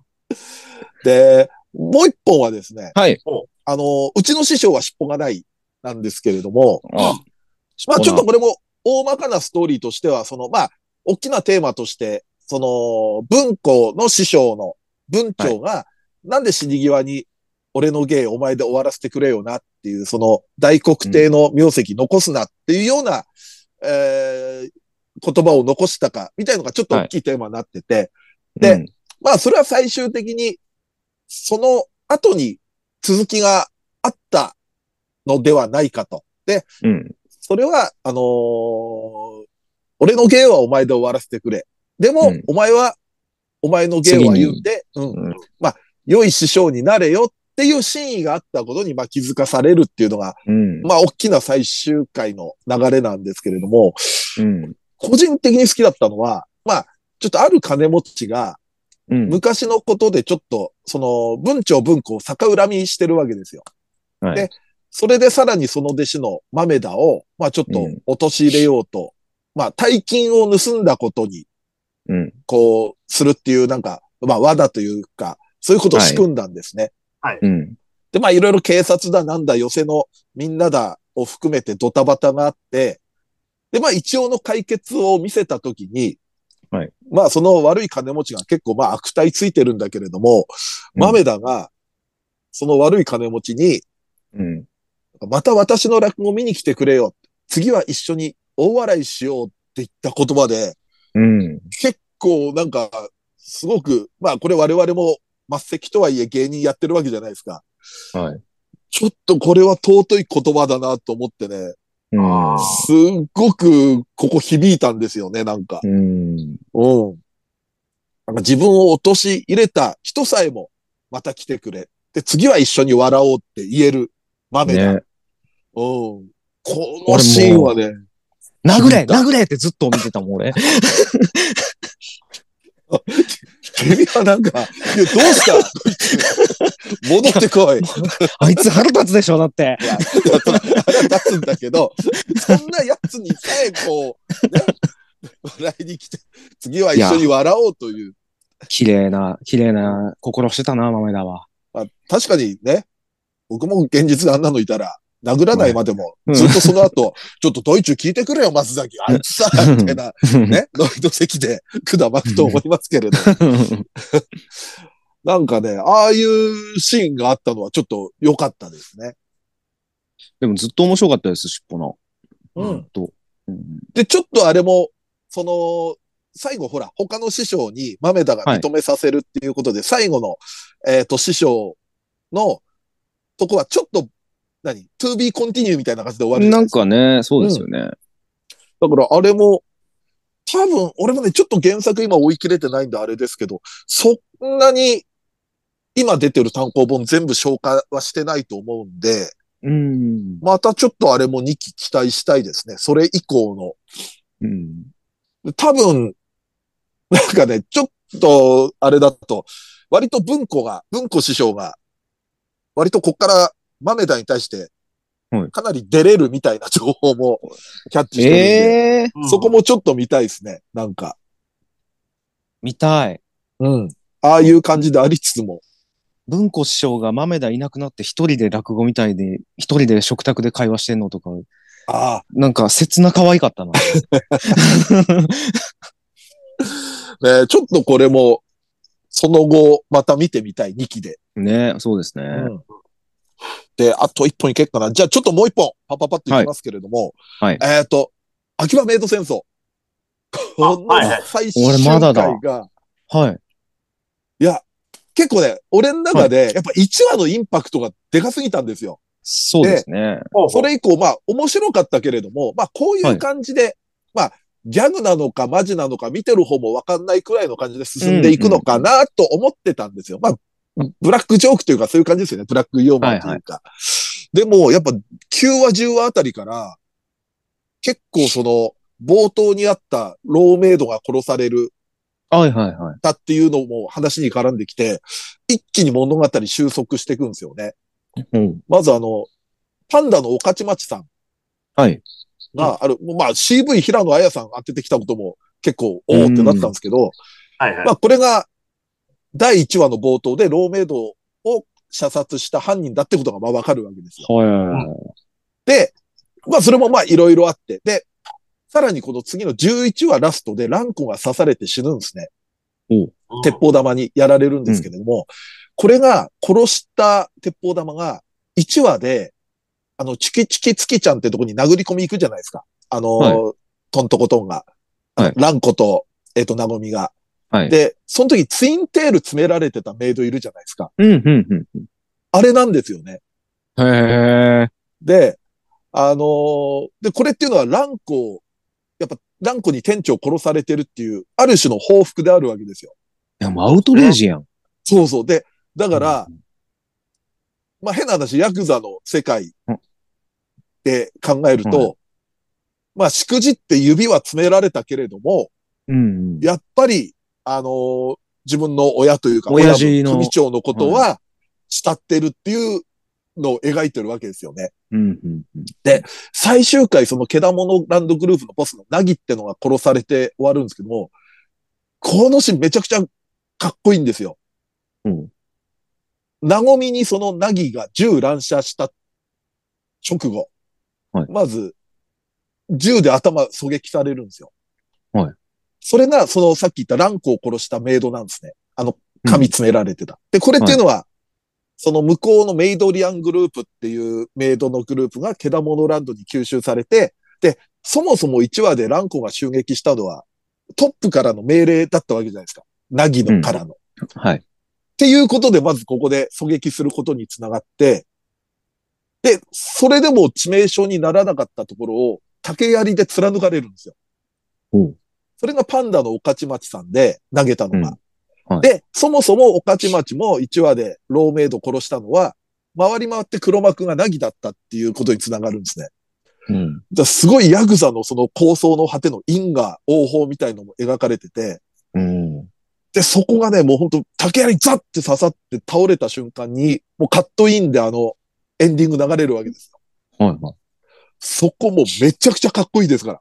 で、もう一本はですね、はい。あの、うちの師匠は尻尾がないなんですけれども、あまあちょっとここれも大まかなストーリーとしては、そのまあ、大きなテーマとして、その文庫の師匠の文長が、なんで死に際に俺の芸お前で終わらせてくれよなっていう、その大黒帝の名跡残すなっていうような、えー言葉を残したか、みたいのがちょっと大きいテーマになってて、でうんまあそれは最終的に、その後に続きがあったのではないかと。うん。それは、あのー俺の芸はお前で終わらせてくれ。でも、うんお前は、お前の芸は言うんで、うん、うん良い師匠になれよっていう真意があったことに、まあ、気づかされるっていうのが、うん。まあ、大きな最終回の流れなんですけれども、うん。個人的に好きだったのは、まあ、ちょっとある金持ちが、うん。昔のことでちょっと、その、文鳥文庫を逆恨みしてるわけですよ。はいでそれでさらにその弟子の豆田を、まあちょっとうん陥れようと、まあ大金を盗んだことに、うん。こう、するっていうなんか、まあ罠というか、そういうことを仕組んだんですね。うん。で、まあいろいろ警察だなんだ、寄せのみんなだを含めてドタバタがあって、で、まあ一応の解決を見せたときに、はいまあその悪い金持ちが結構まあ悪態ついてるんだけれども、うん豆田が、その悪い金持ちに、うん。また私の落語見に来てくれよ。次は一緒に大笑いしようって言った言葉で、うん。結構なんか、すごく、まあこれ我々も末席とはいえ芸人やってるわけじゃないですか。はい。ちょっとこれは尊い言葉だなと思ってね、うんすっごくここ響いたんですよね、なんか。うん。うん。なんか自分を陥れた人さえも、また来てくれ。で、次は一緒に笑おうって言える豆だ。ね。うん。このシーンはね、殴れ殴れってずっと見てたもん、俺。君はなんか、いや、どうしたこいつ戻ってこい。あいつ腹立つでしょ、だって。いや、腹立つんだけど、そんな奴にさえこう、ね、笑いに来て、次は一緒に笑おうという。綺麗な、綺麗な心してたな、豆田は。まあ、確かにね、僕も現実であんなのいたら、殴らないまでも、ずっとその後、ちょっとドイツ聞いてくれよ、松崎。あいつさ、みたいな、 ね、ロイド席で管巻くと思いますけれど。なんかね、ああいうシーンがあったのはちょっと良かったですね。でもずっと面白かったです、尻尾の。うんずっと。うんで、ちょっとあれも、その、最後ほら、他の師匠に豆田が認めさせるっていうことで、最後の、えっ、と、師匠のとこはちょっと、何 ?to be continue みたいな感じで終わるじゃなないんですか。かね、そうですよね。だからあれも、多分、俺もね、ちょっと原作今追い切れてないんであれですけど、そんなに、今出てる単行本全部消化はしてないと思うんで、うん。またちょっとあれも2期期待したいですね。それ以降のうん。多分、なんかね、ちょっと、あれだと、割と文庫が、文庫師匠が、割とこっから豆田に対してはい、かなり出れるみたいな 情報もキャッチしてるんで、ええうんそこもちょっと見たいですね、なんか。見たい。うん。ああいう感じでありつつも。文庫師匠が豆田いなくなって一人で落語みたいで、一人で食卓で会話してんのとか、あなんか切な可愛か ったな。あ、ね、ちょっとこれも、その後、また見てみたい、2期で。ねそうですね。うんで、あと1本いけっかな。じゃあちょっともう1本、パパパっていきますけれども、はいえっ、と、秋葉メイド戦争。このはいはい最終俺ま回だだが、はい。結構ね、俺の中で、やっぱ1話のインパクトがでかすぎたんですよ。そうですね。ほうほそうれ以降、まあ、面白かったけれども、まあ、こういう感じで、まあ、ギャグなのかマジなのか見てる方もわかんないくらいの感じで進んでいくのかなと思ってたんですよ。まあ、ブラックジョークというかそういう感じですよね。ブラックユーモアというか。でも、やっぱ9話10話あたりから、結構その、冒頭にあったローメイドが殺されるはいはいはい。ったっていうのも話に絡んできて、一気に物語収束していくんですよね。うん。まずあの、パンダの御徒町さんはい。がある、まあ CV 平野綾さん当ててきたことも結構おおってなったんですけど、はいはいまあこれが第1話の冒頭でローメイドを射殺した犯人だってことがまあわかるわけですよ。はいはいはい。で、まあそれもまあいろいろあって、で、さらにこの次の11話ラストでランコが刺されて死ぬんですね。うん鉄砲玉にやられるんですけれども、これが殺した鉄砲玉が1話で、あの、チキチキツキちゃんってとこに殴り込み行くじゃないですか。あのー、はトントコトンが。はいランコと、えっ、と、ナゴミが。はいで、その時ツインテール詰められてたメイドいるじゃないですか。うん、うん、うん。あれなんですよね。へえ。で、あのーで、これっていうのはランコを、やっぱランコに店長殺されてるっていう、ある種の報復であるわけですよ。いや、もうアウトレイジやん。そうそう。で、だだから、、まあ変な話、ヤクザの世界で考えると、はまあしくじって指は詰められたけれども、うん。やっぱり、あのー自分の親というか、親父の親組長のことは慕ってるっていうのを描いてるわけですよね。うん、うん。最終回、そのケダモノランドグループのボスのナギってのが殺されて終わるんですけども、このシーンめちゃくちゃかっこいいんですよ。うん。ナゴミにそのナギが銃乱射した直後。はいまず、銃で頭狙撃されるんですよ。はいそれが、そのさっき言ったランコを殺したメイドなんですね。あの、髪詰められてた。で、これっていうのは、その向こうのメイドリアングループっていうメイドのグループがケダモノランドに吸収されて、で、そもそも1話でランコが襲撃したのは、トップからの命令だったわけじゃないですか。ナギのからの。はい。っていうことで、まずここで狙撃することにつながって、で、それでも致命傷にならなかったところを竹槍で貫かれるんですよ。おうそれがパンダの御徒町さんで投げたのが。うんはいで、そもそも御徒町も1話でローメイド殺したのは、回り回って黒幕がナギだったっていうことにつながるんですね。うん。だからすごいヤクザのその構想の果ての因果応報みたいのも描かれてて、うん。で、そこがね、もうほんと、竹槍ザッて刺さって倒れた瞬間に、もうカットインであの、エンディング流れるわけですよ。はい、はい。そこもめちゃくちゃかっこいいですから。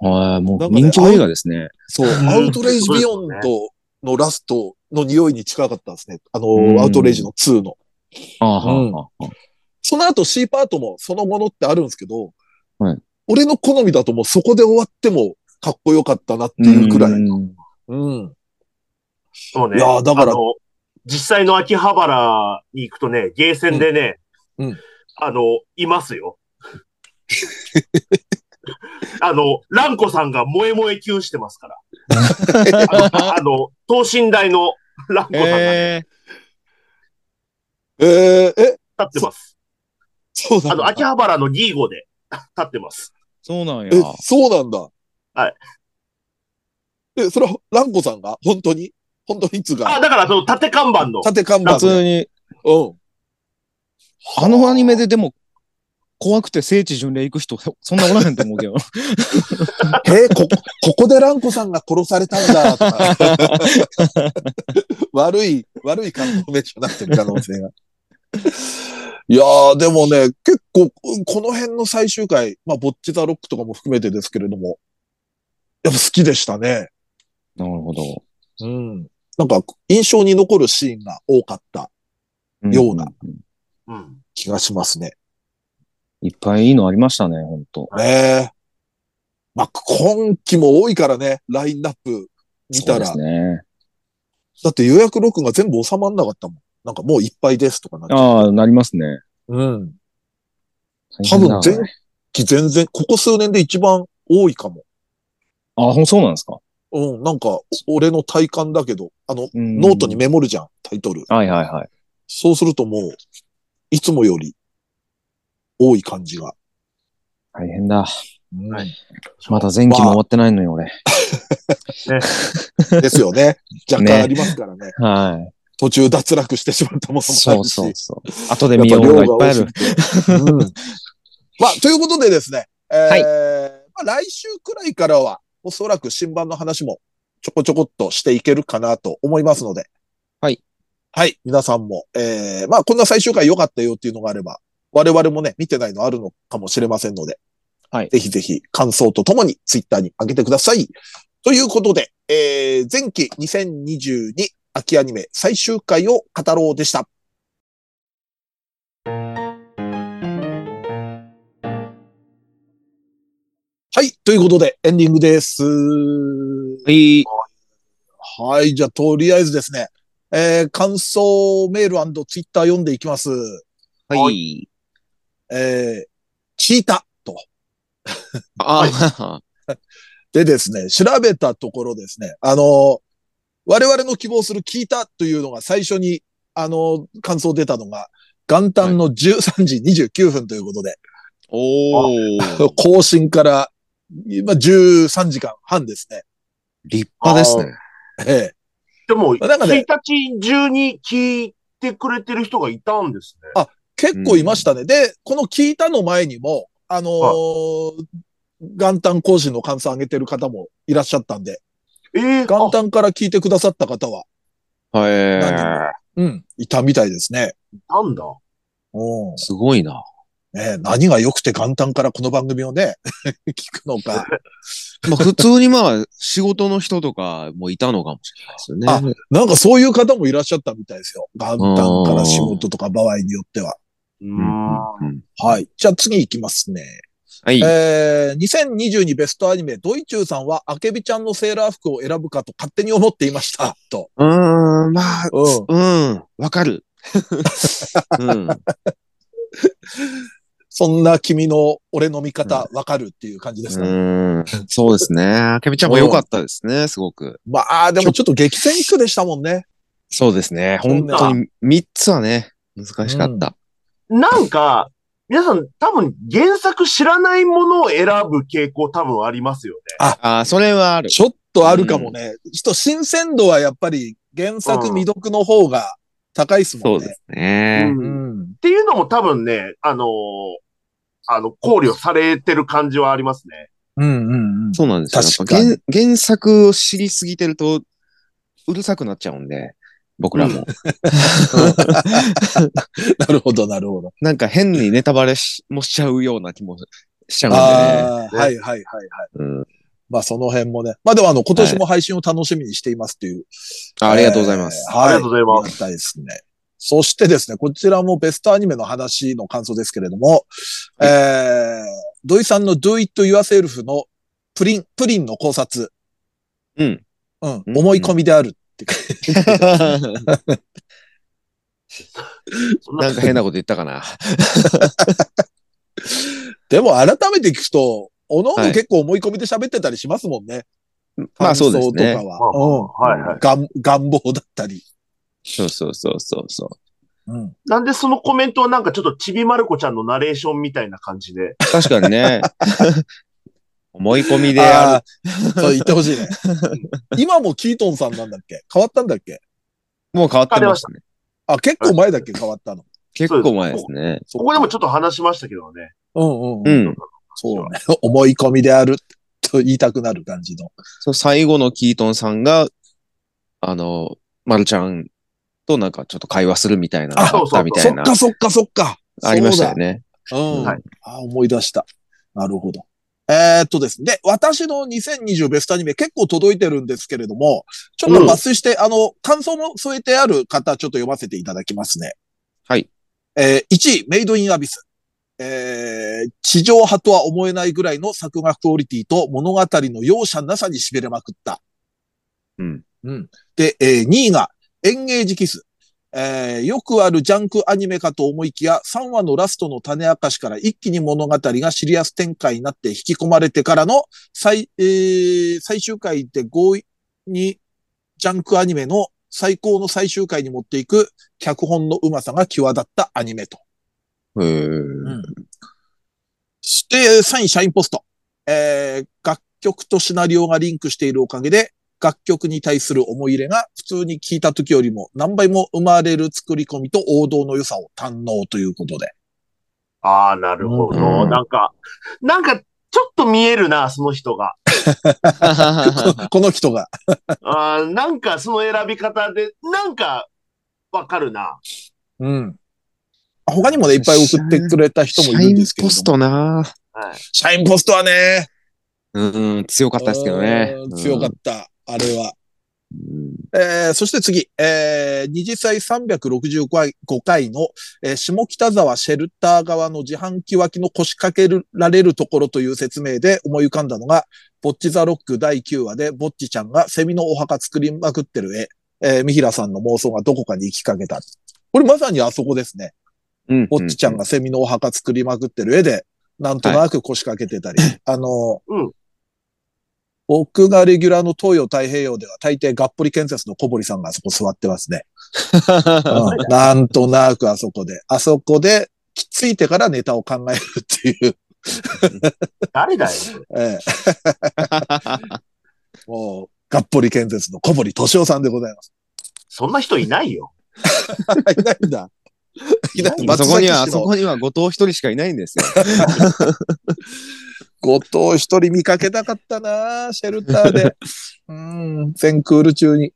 はい、もなんかうね人情映画ですね。そう、んアウトレイジビヨンドのラストの匂いに近かったですね。あの、うんアウトレイジの2の。ああ、はうあんはあはあその後 C パートもそのものってあるんですけど、はい俺の好みだともうそこで終わってもかっこよかったなっていうくらい。うん。うんそうね。いやーだからあの、実際の秋葉原に行くとね、ゲーセンでね、うんうんあの、いますよ。 あの、ランコさんが萌え萌え級してますから。 あの、等身大のランコさんが立ええー、え、ってます。そうなあんの、だ。秋葉原のギーゴで立ってます。ー、そうなんやえ。、そうなんだ。はい。え、それは、ランコさんが本当に本当にいつあ、がだからその縦看板の。縦看板普で。通に、うん。あのアニメででも、怖くて聖地巡礼行く人、そんなおらへんと思うけど。えーこ、 ここでランコさんが殺されたんだ、とか。 悪い、悪い観光名所になってる可能性が。いやー、でもね、結構、うんこの辺の最終回、まあ、ボッチザロックとかも含めてですけれども、やっぱ好きでしたね。 なるほど。うん。なんか、印象に残るシーンが多かったようなうん。気がしますね。いっぱいいいのありましたね、ほんと。ねえ。まあ、今期も多いからね、ラインナップ見たら。そうですね。だって予約録が全部収まんなかったもん。なんかもういっぱいですとかなっちゃうああ、なりますね。うん。大多変だ分前期全然、ここ数年で一番多いかも。あ、ほんそうなんですか。うん、なんか、お俺の体感だけど、あの、ノノートに。メモるじゃん、タイトル。はいはいはい。そうするともう、いつもより多い感じが。大変だ。うんはいまだ前期も終わってないのよ、俺。ですよ ね。若ね干ありますからね。はい。途中脱落してしまったものもあるし。そうそうそう。後でやっ見ぱようがい量がっ多ぱいあするぎ。て。うん まあ、ということでですね、えーはいまあ、来週くらいからは、おそらく新版の話もちょこちょこっとしていけるかなと思いますので。はい。はい。皆さんも、えーまあ、こんな最終回良かったよっていうのがあれば、我々もね、見てないのあるのかもしれませんので、はいぜひぜひ感想とともにツイッターに上げてください。ということで、えー前期2022秋アニメ最終回を語ろうでした。はい。ということで、エンディングです。はい。はい。じゃあ、とりあえずですね、えー感想メールツイッター読んでいきます。はい。えー、聞いたと。あでですね、調べたところですね、あの、我々の希望する聞いたというのが最初に、あの、感想出たのが、元旦の13時29分ということで、おー。更新から、今13時間半ですね。 立派ですね。えでも、まあなんかね1日中に聞いてくれてる人がいたんですね。え結構いましたね。で、この聞いたの前にも、あのー元旦更新の感想上げてる方もいらっしゃったんで、ええ元旦から聞いてくださった方は、はうん、いたみたいですね。あなんだ。うんい。すごいな。ねえ、何が良くて元旦からこの番組をね、 聞くのか。まあ普通にまあ、仕事の人とかもいたのかもしれないですよね。あなんかそういう方もいらっしゃったみたいですよ。元旦から仕事とか場合によっては。ううーんん。うんうんはい。じゃあ次行きますね。はい。えー、2022ベストアニメ、ドイチューさんは、アケビちゃんのセーラー服を選ぶかと勝手に思っていました。と。うーん、まあ、うん。うん、わか る。うん。そんな君の俺の見方、わかるっていう感じですか、うんそうですね。あけみちゃんも良かったですね、すごく。まあ、でもちょっと激戦区でしたもんね。そうですね。そうね本当に3つはね、難しかった。なんか、皆さん多分原作知らないものを選ぶ傾向多分ありますよね。ああ、それはある。ちょっとあるかもね。ちょっと新鮮度はやっぱり原作未読の方が高いっすもんね。すねううんっん。ていうのも多分ね、あのーあの、考慮されてる感じはありますね。うんうんうん。そうなんですよ。やっぱ確かに原原作を知りすぎてると、うるさくなっちゃうんで、僕ら も。なるほど、なるほど。 なんか変にネタバレしもしちゃうような気もしちゃうんああ、ねはいはいはいはい。でね。うんまあその辺もね。まあでもあの、今年も配信を楽しみにしていますっていう。あありがとうございます。えーはい。ありがとうございまあすりがたいですね。そしてですね、こちらもベストアニメの話の感想ですけれども、えー、土井さんの Do It Yourself のプリン、プリンの考察。うん。うん、うん思い込みであるっていうそん なんか変なこと言った かな。でも改めて聞くと、おのおのはい結構思い込みで喋ってたりしますもんね。まあそうで感想すねと。かまあまは。あはいはい。うん。願願望だったり。そうそうそうそうそう。うん。なんでそのコメントはなんかちょっとちびまる子ちゃんのナレーションみたいな感じで。確かに ね。思い込みであああ、そう言ってほしい ね。今もキートンさんなんだっけ変わったんだっける。もう変わってましたね。あ、結構前だっけ変わったの。結構前ですね。そっこかこでもちょっと話しましたけどね。うんうんう。うんん。そうね。 思い込みであると言いたくなる感じの。そう最後のキートンさんが、あの、まるちゃんとなんかちょっと会話するみたいな、ああったみたそいっな、かそっかそっか。ありましたよね。そうだ。うん。はいあ、思い出した。なるほど。えーっとですね。で、私の2020ベストアニメ結構届いてるんですけれども、ちょっと抜粋して、あの、感想も添えてある方、ちょっと読ませていただきますね。はい。えー1位、メイドインアビス。えー地上派とは思えないぐらいの作画クオリティと物語の容赦なさに痺れまくった。うん。うん。で、え2位が、エンゲージキス。えーよくあるジャンクアニメかと思いきや、3話のラストの種明かしから一気に物語がシリアス展開になって引き込まれてからの最、えー最終回で強引にジャンクアニメの最高の最終回に持っていく脚本のうまさが際立ったアニメと。へーそして、3位、社員ポスト。えー、楽曲とシナリオがリンクしているおかげで、楽曲に対する思い入れが普通に聴いた時よりも何倍も生まれる作り込みと王道の良さを堪能ということ で。ああ、なるほど。うんなんか、なんか、ちょっと見えるな、その人が。この人が。あーなんか、その選び方で、なんか、わかるな。うん。他にもね、いっぱい送ってくれた人もいるんですけれども。シャインポス。トなはい。社員ポストはね。うん、強かったですけどねう。ん強かっ。ったあれは。た。えーそして次、えー、二次祭365回5回の、えー下北沢シェルター側の自販機脇の腰掛けられるところという説明で思い浮かんだのが、ボッチザロック第9話でボッチちゃんがセミのお墓作りまくってる絵、えー、三平さんの妄想がどこかに行きかけた。これまさにあそこですね。ボッチちゃんがセミのお墓作りまくってる絵で、なんとなく腰掛けてたり、あの、うん僕がレギュラーの東洋太平洋では大抵がっぽり建設の小堀さんがあそこ座ってますね。うんなんとなくあそこで。あそこで、きついてからネタを考えるっていう。誰だよ。ええ、もう、がっぽり建設の小堀敏夫さんでございます。そんな人いない よ。いないんだ。いないんだ。そこには、あ松崎氏そのこには後藤一人しかいないんですよ。後藤一人見かけたかったなシェルター で。うん、全クール中に。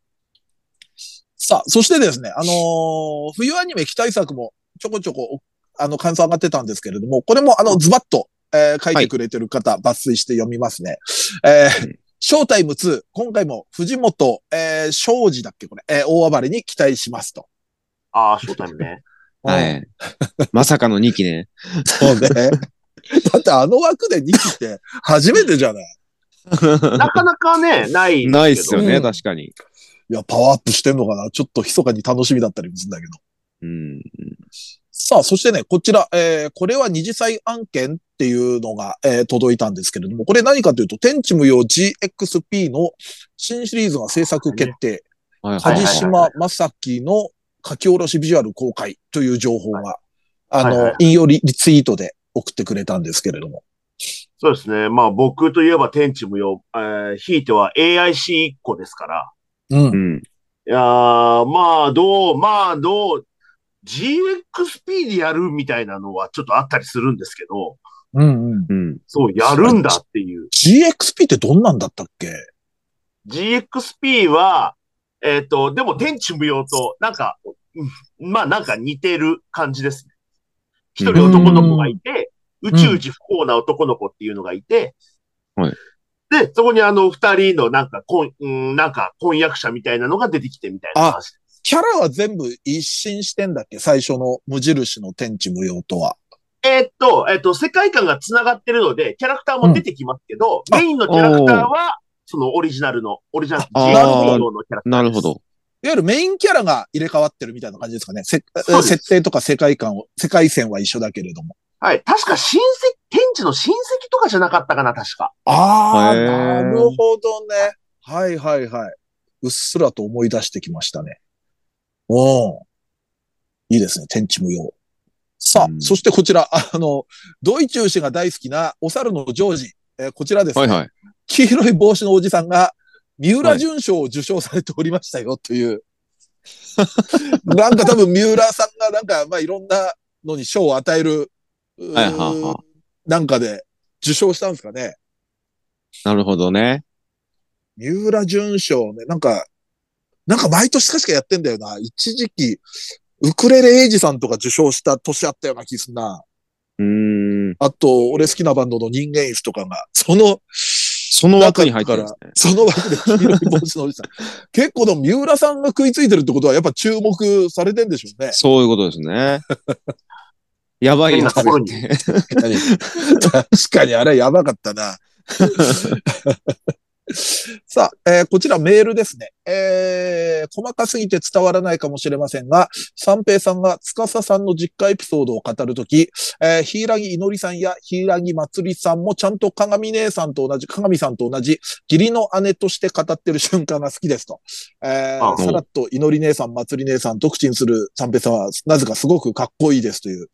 さあ、そしてですね、あのー冬アニメ期待作もちょこちょこ、あの、感想上がってたんですけれども、これもあの、ズバッと、えー書いてくれてる方、抜粋して読みますね。えーうんショータイム2、今回も藤本、えー、庄司だっけこれ、えー大暴れに期待しますと。ああ、ショータイムね。 はい。まさかの2期ね。そうね。 だってあの枠で2期って初めてじゃないなかなかね、ない。ないっすようね、ん確かに。いや、パワーアップしてんのかなちょっと密かに楽しみだったりもするんだけど。うん。さあ、そしてね、こちら、えー、これは二次祭案件っていうのが、えー届いたんですけれども、これ何かというと、天地無用 GXP の新シリーズが制作決定、はいはい梶はい島正樹の書き下ろしビジュアル公開という情報が、あはいはのい、引用リリツイートで送ってくれたんですけれども。そうですね。まあ僕といえば天地無用、えー、ひいては AIC1 個ですから。うんう。ん。いやーまあどう、まあどう、GXP でやるみたいなのはちょっとあったりするんですけど、うんうん。うん。そう、やるんだっていう。 GXP ってどんなんだったっけ GXP は、えっ、と、でも天地無用と、なんか、うんまあなんか似てる感じですね。一人男の子がいて、宇ん宙一不幸な男の子っていうのがいて、はいで、そこにあの二人のなんか、こんうんなんか婚約者みたいなのが出てきてみたいな話です。キャラは全部一新してんだっけ最初の無印の天地無用とは。えーっと、えーっと、世界観が繋がってるので、キャラクターも出てきますけど、メインのキャラクターは、そのオリジナルの、オリジナル、あー JRPG 用のキャラクター。なるほど。いわゆるメインキャラが入れ替わってるみたいな感じですかね。せそうです設定とか世界観を、世界線は一緒だけれども。はい。確か親戚、天地の親戚とかじゃなかったかな、確か。ああ、へーなるほどね。はいはいはい。うっすらと思い出してきましたね。おん。いいですね。天地無用。さあ、うんそしてこちら、あの、ドイチュー氏が大好きなお猿のジョージ。えーこちらですね、はいはい。黄色い帽子のおじさんが、三浦淳賞を受賞されておりましたよ、という。なんか多分三浦さんがなんか、まあいろんなのに賞を与える、うーはいはいはいなんかで受賞したんですかね。なるほどね。三浦淳賞ね、なんか、なんか毎年確かやってんだよな。一時期、ウクレレエイジさんとか受賞した年あったような気すんな。うーん。あと、俺好きなバンドの人間椅子とかが、その、その枠に入ってるんですね。その枠で黄色い帽子のおじさん。結構でも三浦さんが食いついてるってことはやっぱ注目されてんでしょうね。そういうことです ね。やばいやつ変なところにですね 確かにあれやばかったな。 さあ、えーこちらメールですね。えー細かすぎて伝わらないかもしれませんが、三平さんが司さんの実家エピソードを語るとき、えー、ヒイラギいのりさんやヒイラギまつりさんもちゃんと鏡姉さんと同じ、鏡さんと同じ、義理の姉として語ってる瞬間が好きですと。えーあさらっと祈り姉さん、まつり姉さんと口にする三平さんは、なぜかすごくかっこいいですという、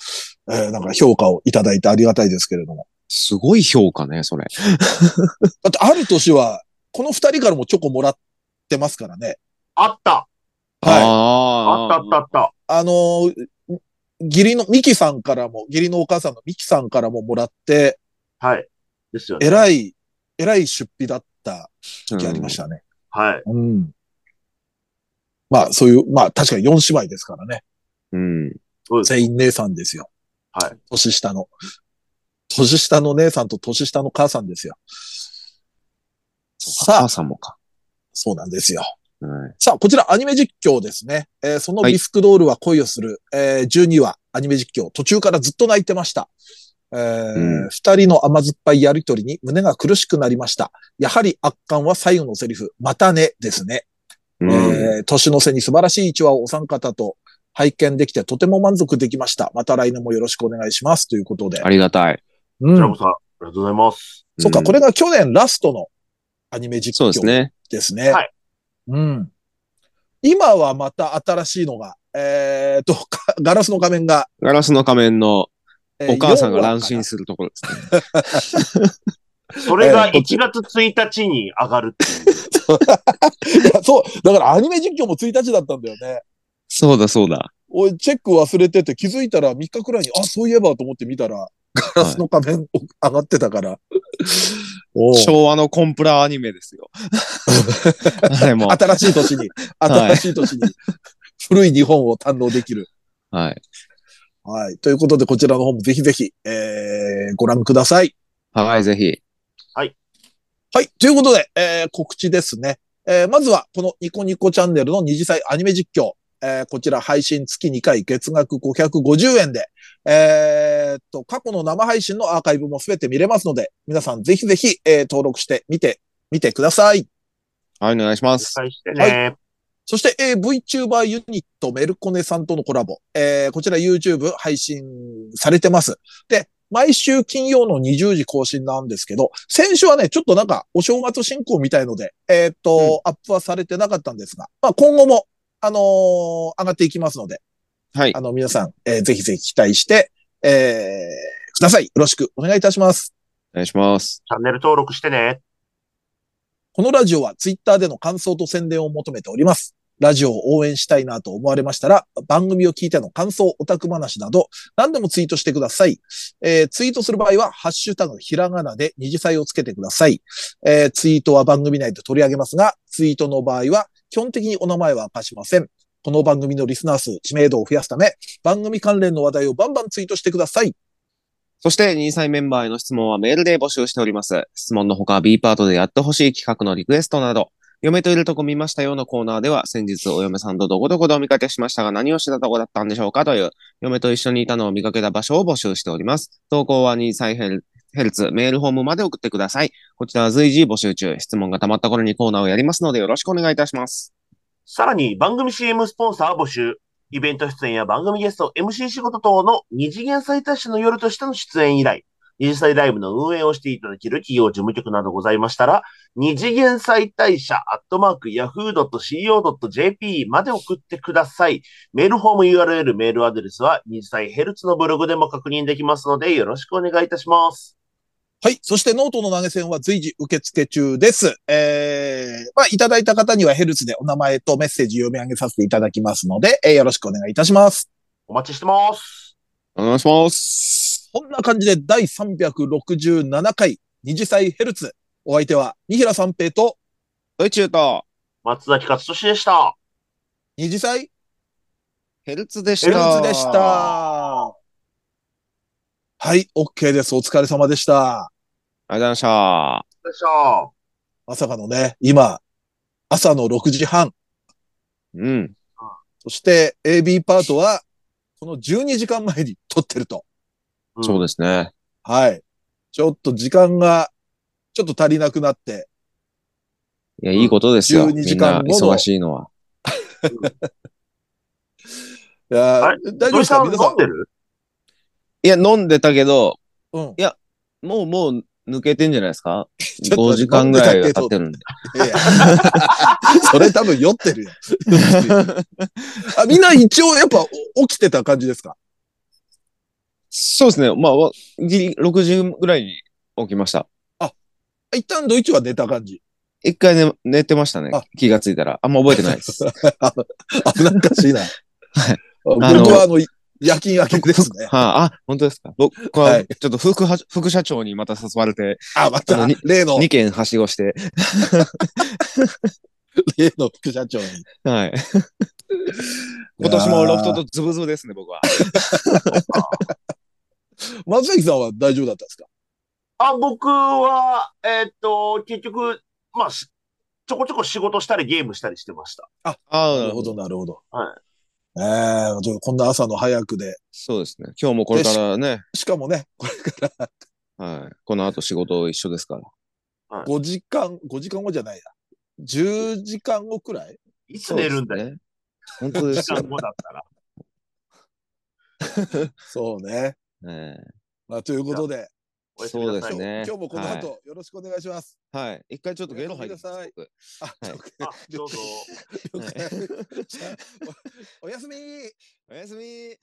えーなんか評価をいただいてありがたいですけれども。すごい評価ね、それ。だってある年は、この二人からもチョコもらってますからね。あった。はい。ああったあったあった。あのー、義理の、ミキさんからも、義理のお母さんのミキさんからももらって、はい。ですよね。えらい、えらい出費だったた時ありましたね。はい。うん。まあ、そういう、まあ、確かに4姉妹ですからね。うん。そうです。全員姉さんですよ。はい。年下の。年下の姉さんと年下の母さんですよ。さあ母、さんもか。そうなんですよ。はいさあ、こちらアニメ実況ですね。えーそのビスクドールは恋をする、えー12話アニメ実況、途中からずっと泣いてました。えーうん二人の甘酸っぱいやりとりに胸が苦しくなりました。やはり圧巻は最後のセリフ、またねですね。うん。えー年の瀬に素晴らしい一話をお三方と拝見できてとても満足できました。また来年もよろしくお願いします。ということで。ありがたい。う白ん子。さん、ありがとうございます。そっか、うんこれが去年ラストのアニメ実そ況うですね。ですね。はいうん。今はまた新しいのが、えーっと、かガラスの仮面が、ガラスの仮面のえーお母さんが4話乱か心なするところですね。それえがーこっ1ち月1日に上が るっていう。いや そう、だからアニメ実況も1日だったんだよね。そうだそうだ。俺、チェック忘れてて気づいたら3日くらいに、あ、そういえばと思って見たら、ガラスの仮面お上がって たから。おう昭和のコンプラアニメです よ。あれも。新しい年に、新しい年に、古い日本を堪能できる。はい。はい。ということで、こちらの方もぜひぜひ、えー、ご覧ください。はい、ぜひ。はい。ということで、えー告知ですね。えーまずは、このニコニコチャンネルの二次祭アニメ実況。えーこちら配信月2回月額550円で、えーっと、過去の生配信のアーカイブもすべて見れますので、皆さんぜひぜひ、えー登録してみて、見てください。はい、お願いします。期待してね。そして、えー VTuber ユニットメルコネさんとのコラボ。えーこちら YouTube 配信されてます。で、毎週金曜の20時更新なんですけど、先週はね、ちょっとなんかお正月進行みたいので、えーっと、アップはされてなかったんですが、まあ今後も、あのー上がっていきますので、はいあ。の、皆さん、えーぜひぜひ期待して、えーください。よろしくお願いいたします。お願いします。チャンネル登録してね。このラジオはツイッターでの感想と宣伝を求めております。ラジオを応援したいなと思われましたら、番組を聞いての感想、オタク話など、何でもツイートしてください。えーツイートする場合は、ハッシュタグひらがなで二次祭をつけてください。えーツイートは番組内で取り上げますが、ツイートの場合は、基本的にお名前は明かしません。この番組のリスナー数、知名度を増やすため、番組関連の話題をバンバンツイートしてください。そして、2歳メンバーへの質問はメールで募集しております。質問のほか、B パートでやってほしい企画のリクエストなど、嫁といるとこ見ましたよのコーナーでは、先日お嫁さんとどこどこでお見かけしましたが、何をしてたとこだったんでしょうかという、嫁と一緒にいたのを見かけた場所を募集しております。投稿は2歳ヘルヘルツ、メールフォームまで送ってください。こちらは随時募集中。質問が溜まった頃にコーナーをやりますので、よろしくお願いいたします。さらに番組 CM スポンサーを募集。イベント出演や番組ゲスト、MC 仕事等の二次元最達者の夜としての出演以来、二次祭ライブの運営をしていただける企業事務局などございましたら、二次元最大者アットマーク yahoo.co.jp まで送ってください。メールフォーム URL、メールアドレスは二次祭ヘルツのブログでも確認できますので、よろしくお願いいたします。はい。そしてノートの投げ銭は随時受付中です。えー、まあ、いただいた方にはヘルツでお名前とメッセージ読み上げさせていただきますので、えーよろしくお願いいたします。お待ちしてます。お願いします。こんな感じで第367回二次祭ヘルツ。お相手は、二平三平とドイチューと松崎勝利でした。二次祭ヘルツでしヘルた。ツでした。はい、OK です。お疲れ様でした。ありがとうございました。でした。まさかのね、今、朝の6時半。うん。そして AB パートは、この12時間前に撮ってると。うんそうですね。はい。ちょっと時間が、ちょっと足りなくなって、いや、いいことですよ。 12時間後のみんな忙しいのは。いやあれー大丈夫ですか土井皆さんさ飲んでるいや、飲んでたけど、ん。うん。もうもう抜けてんじゃないですかょ っと ?5 時間ぐらいが経ってるんで。いや いやそれ多分酔ってるよ。 あみんな一応やっぱお起きてた感じですかそうですね。まあ、わギリ6時ぐらいに起きました。一旦ドイツは寝た感じ。 一回、ね、寝てましたねあ。気がついたら。あんま覚えてない です。あなんかしいな。僕あのはあの、夜勤明けですね。 はい、あ。本当ですか僕は、はいちょっと副は副社長にまた誘われて、あ、まあたのに、例の、 2件はしごして、例の副社長に。はい。今年もロフトとズブズブですね、僕は。松崎さんは大丈夫だったんですかあ、僕は、えーっと、結局、まあ、しちょこちょこ仕事したりゲームしたりしてました。ああ、なるほど、。なるほど。はええちょっとこんな朝の早くで。そうですね。今日もこれからね、しかもね、これからはい。この後仕事一緒ですから。 5時間、5時間後じゃないや。10時間後くらいいつ寝るんだそうですよ。ね。本当で時す よ間。後だったら。そうね。ええまあ、ということで、おやすみそなうでさいすね。今日もこのは後、よろしくお願いします。い。はい。一回ちょっとゲロ吐いてますおやすみ僕あ、はい了解あ、どうぞ。 了解じゃあおおやすみおやすみ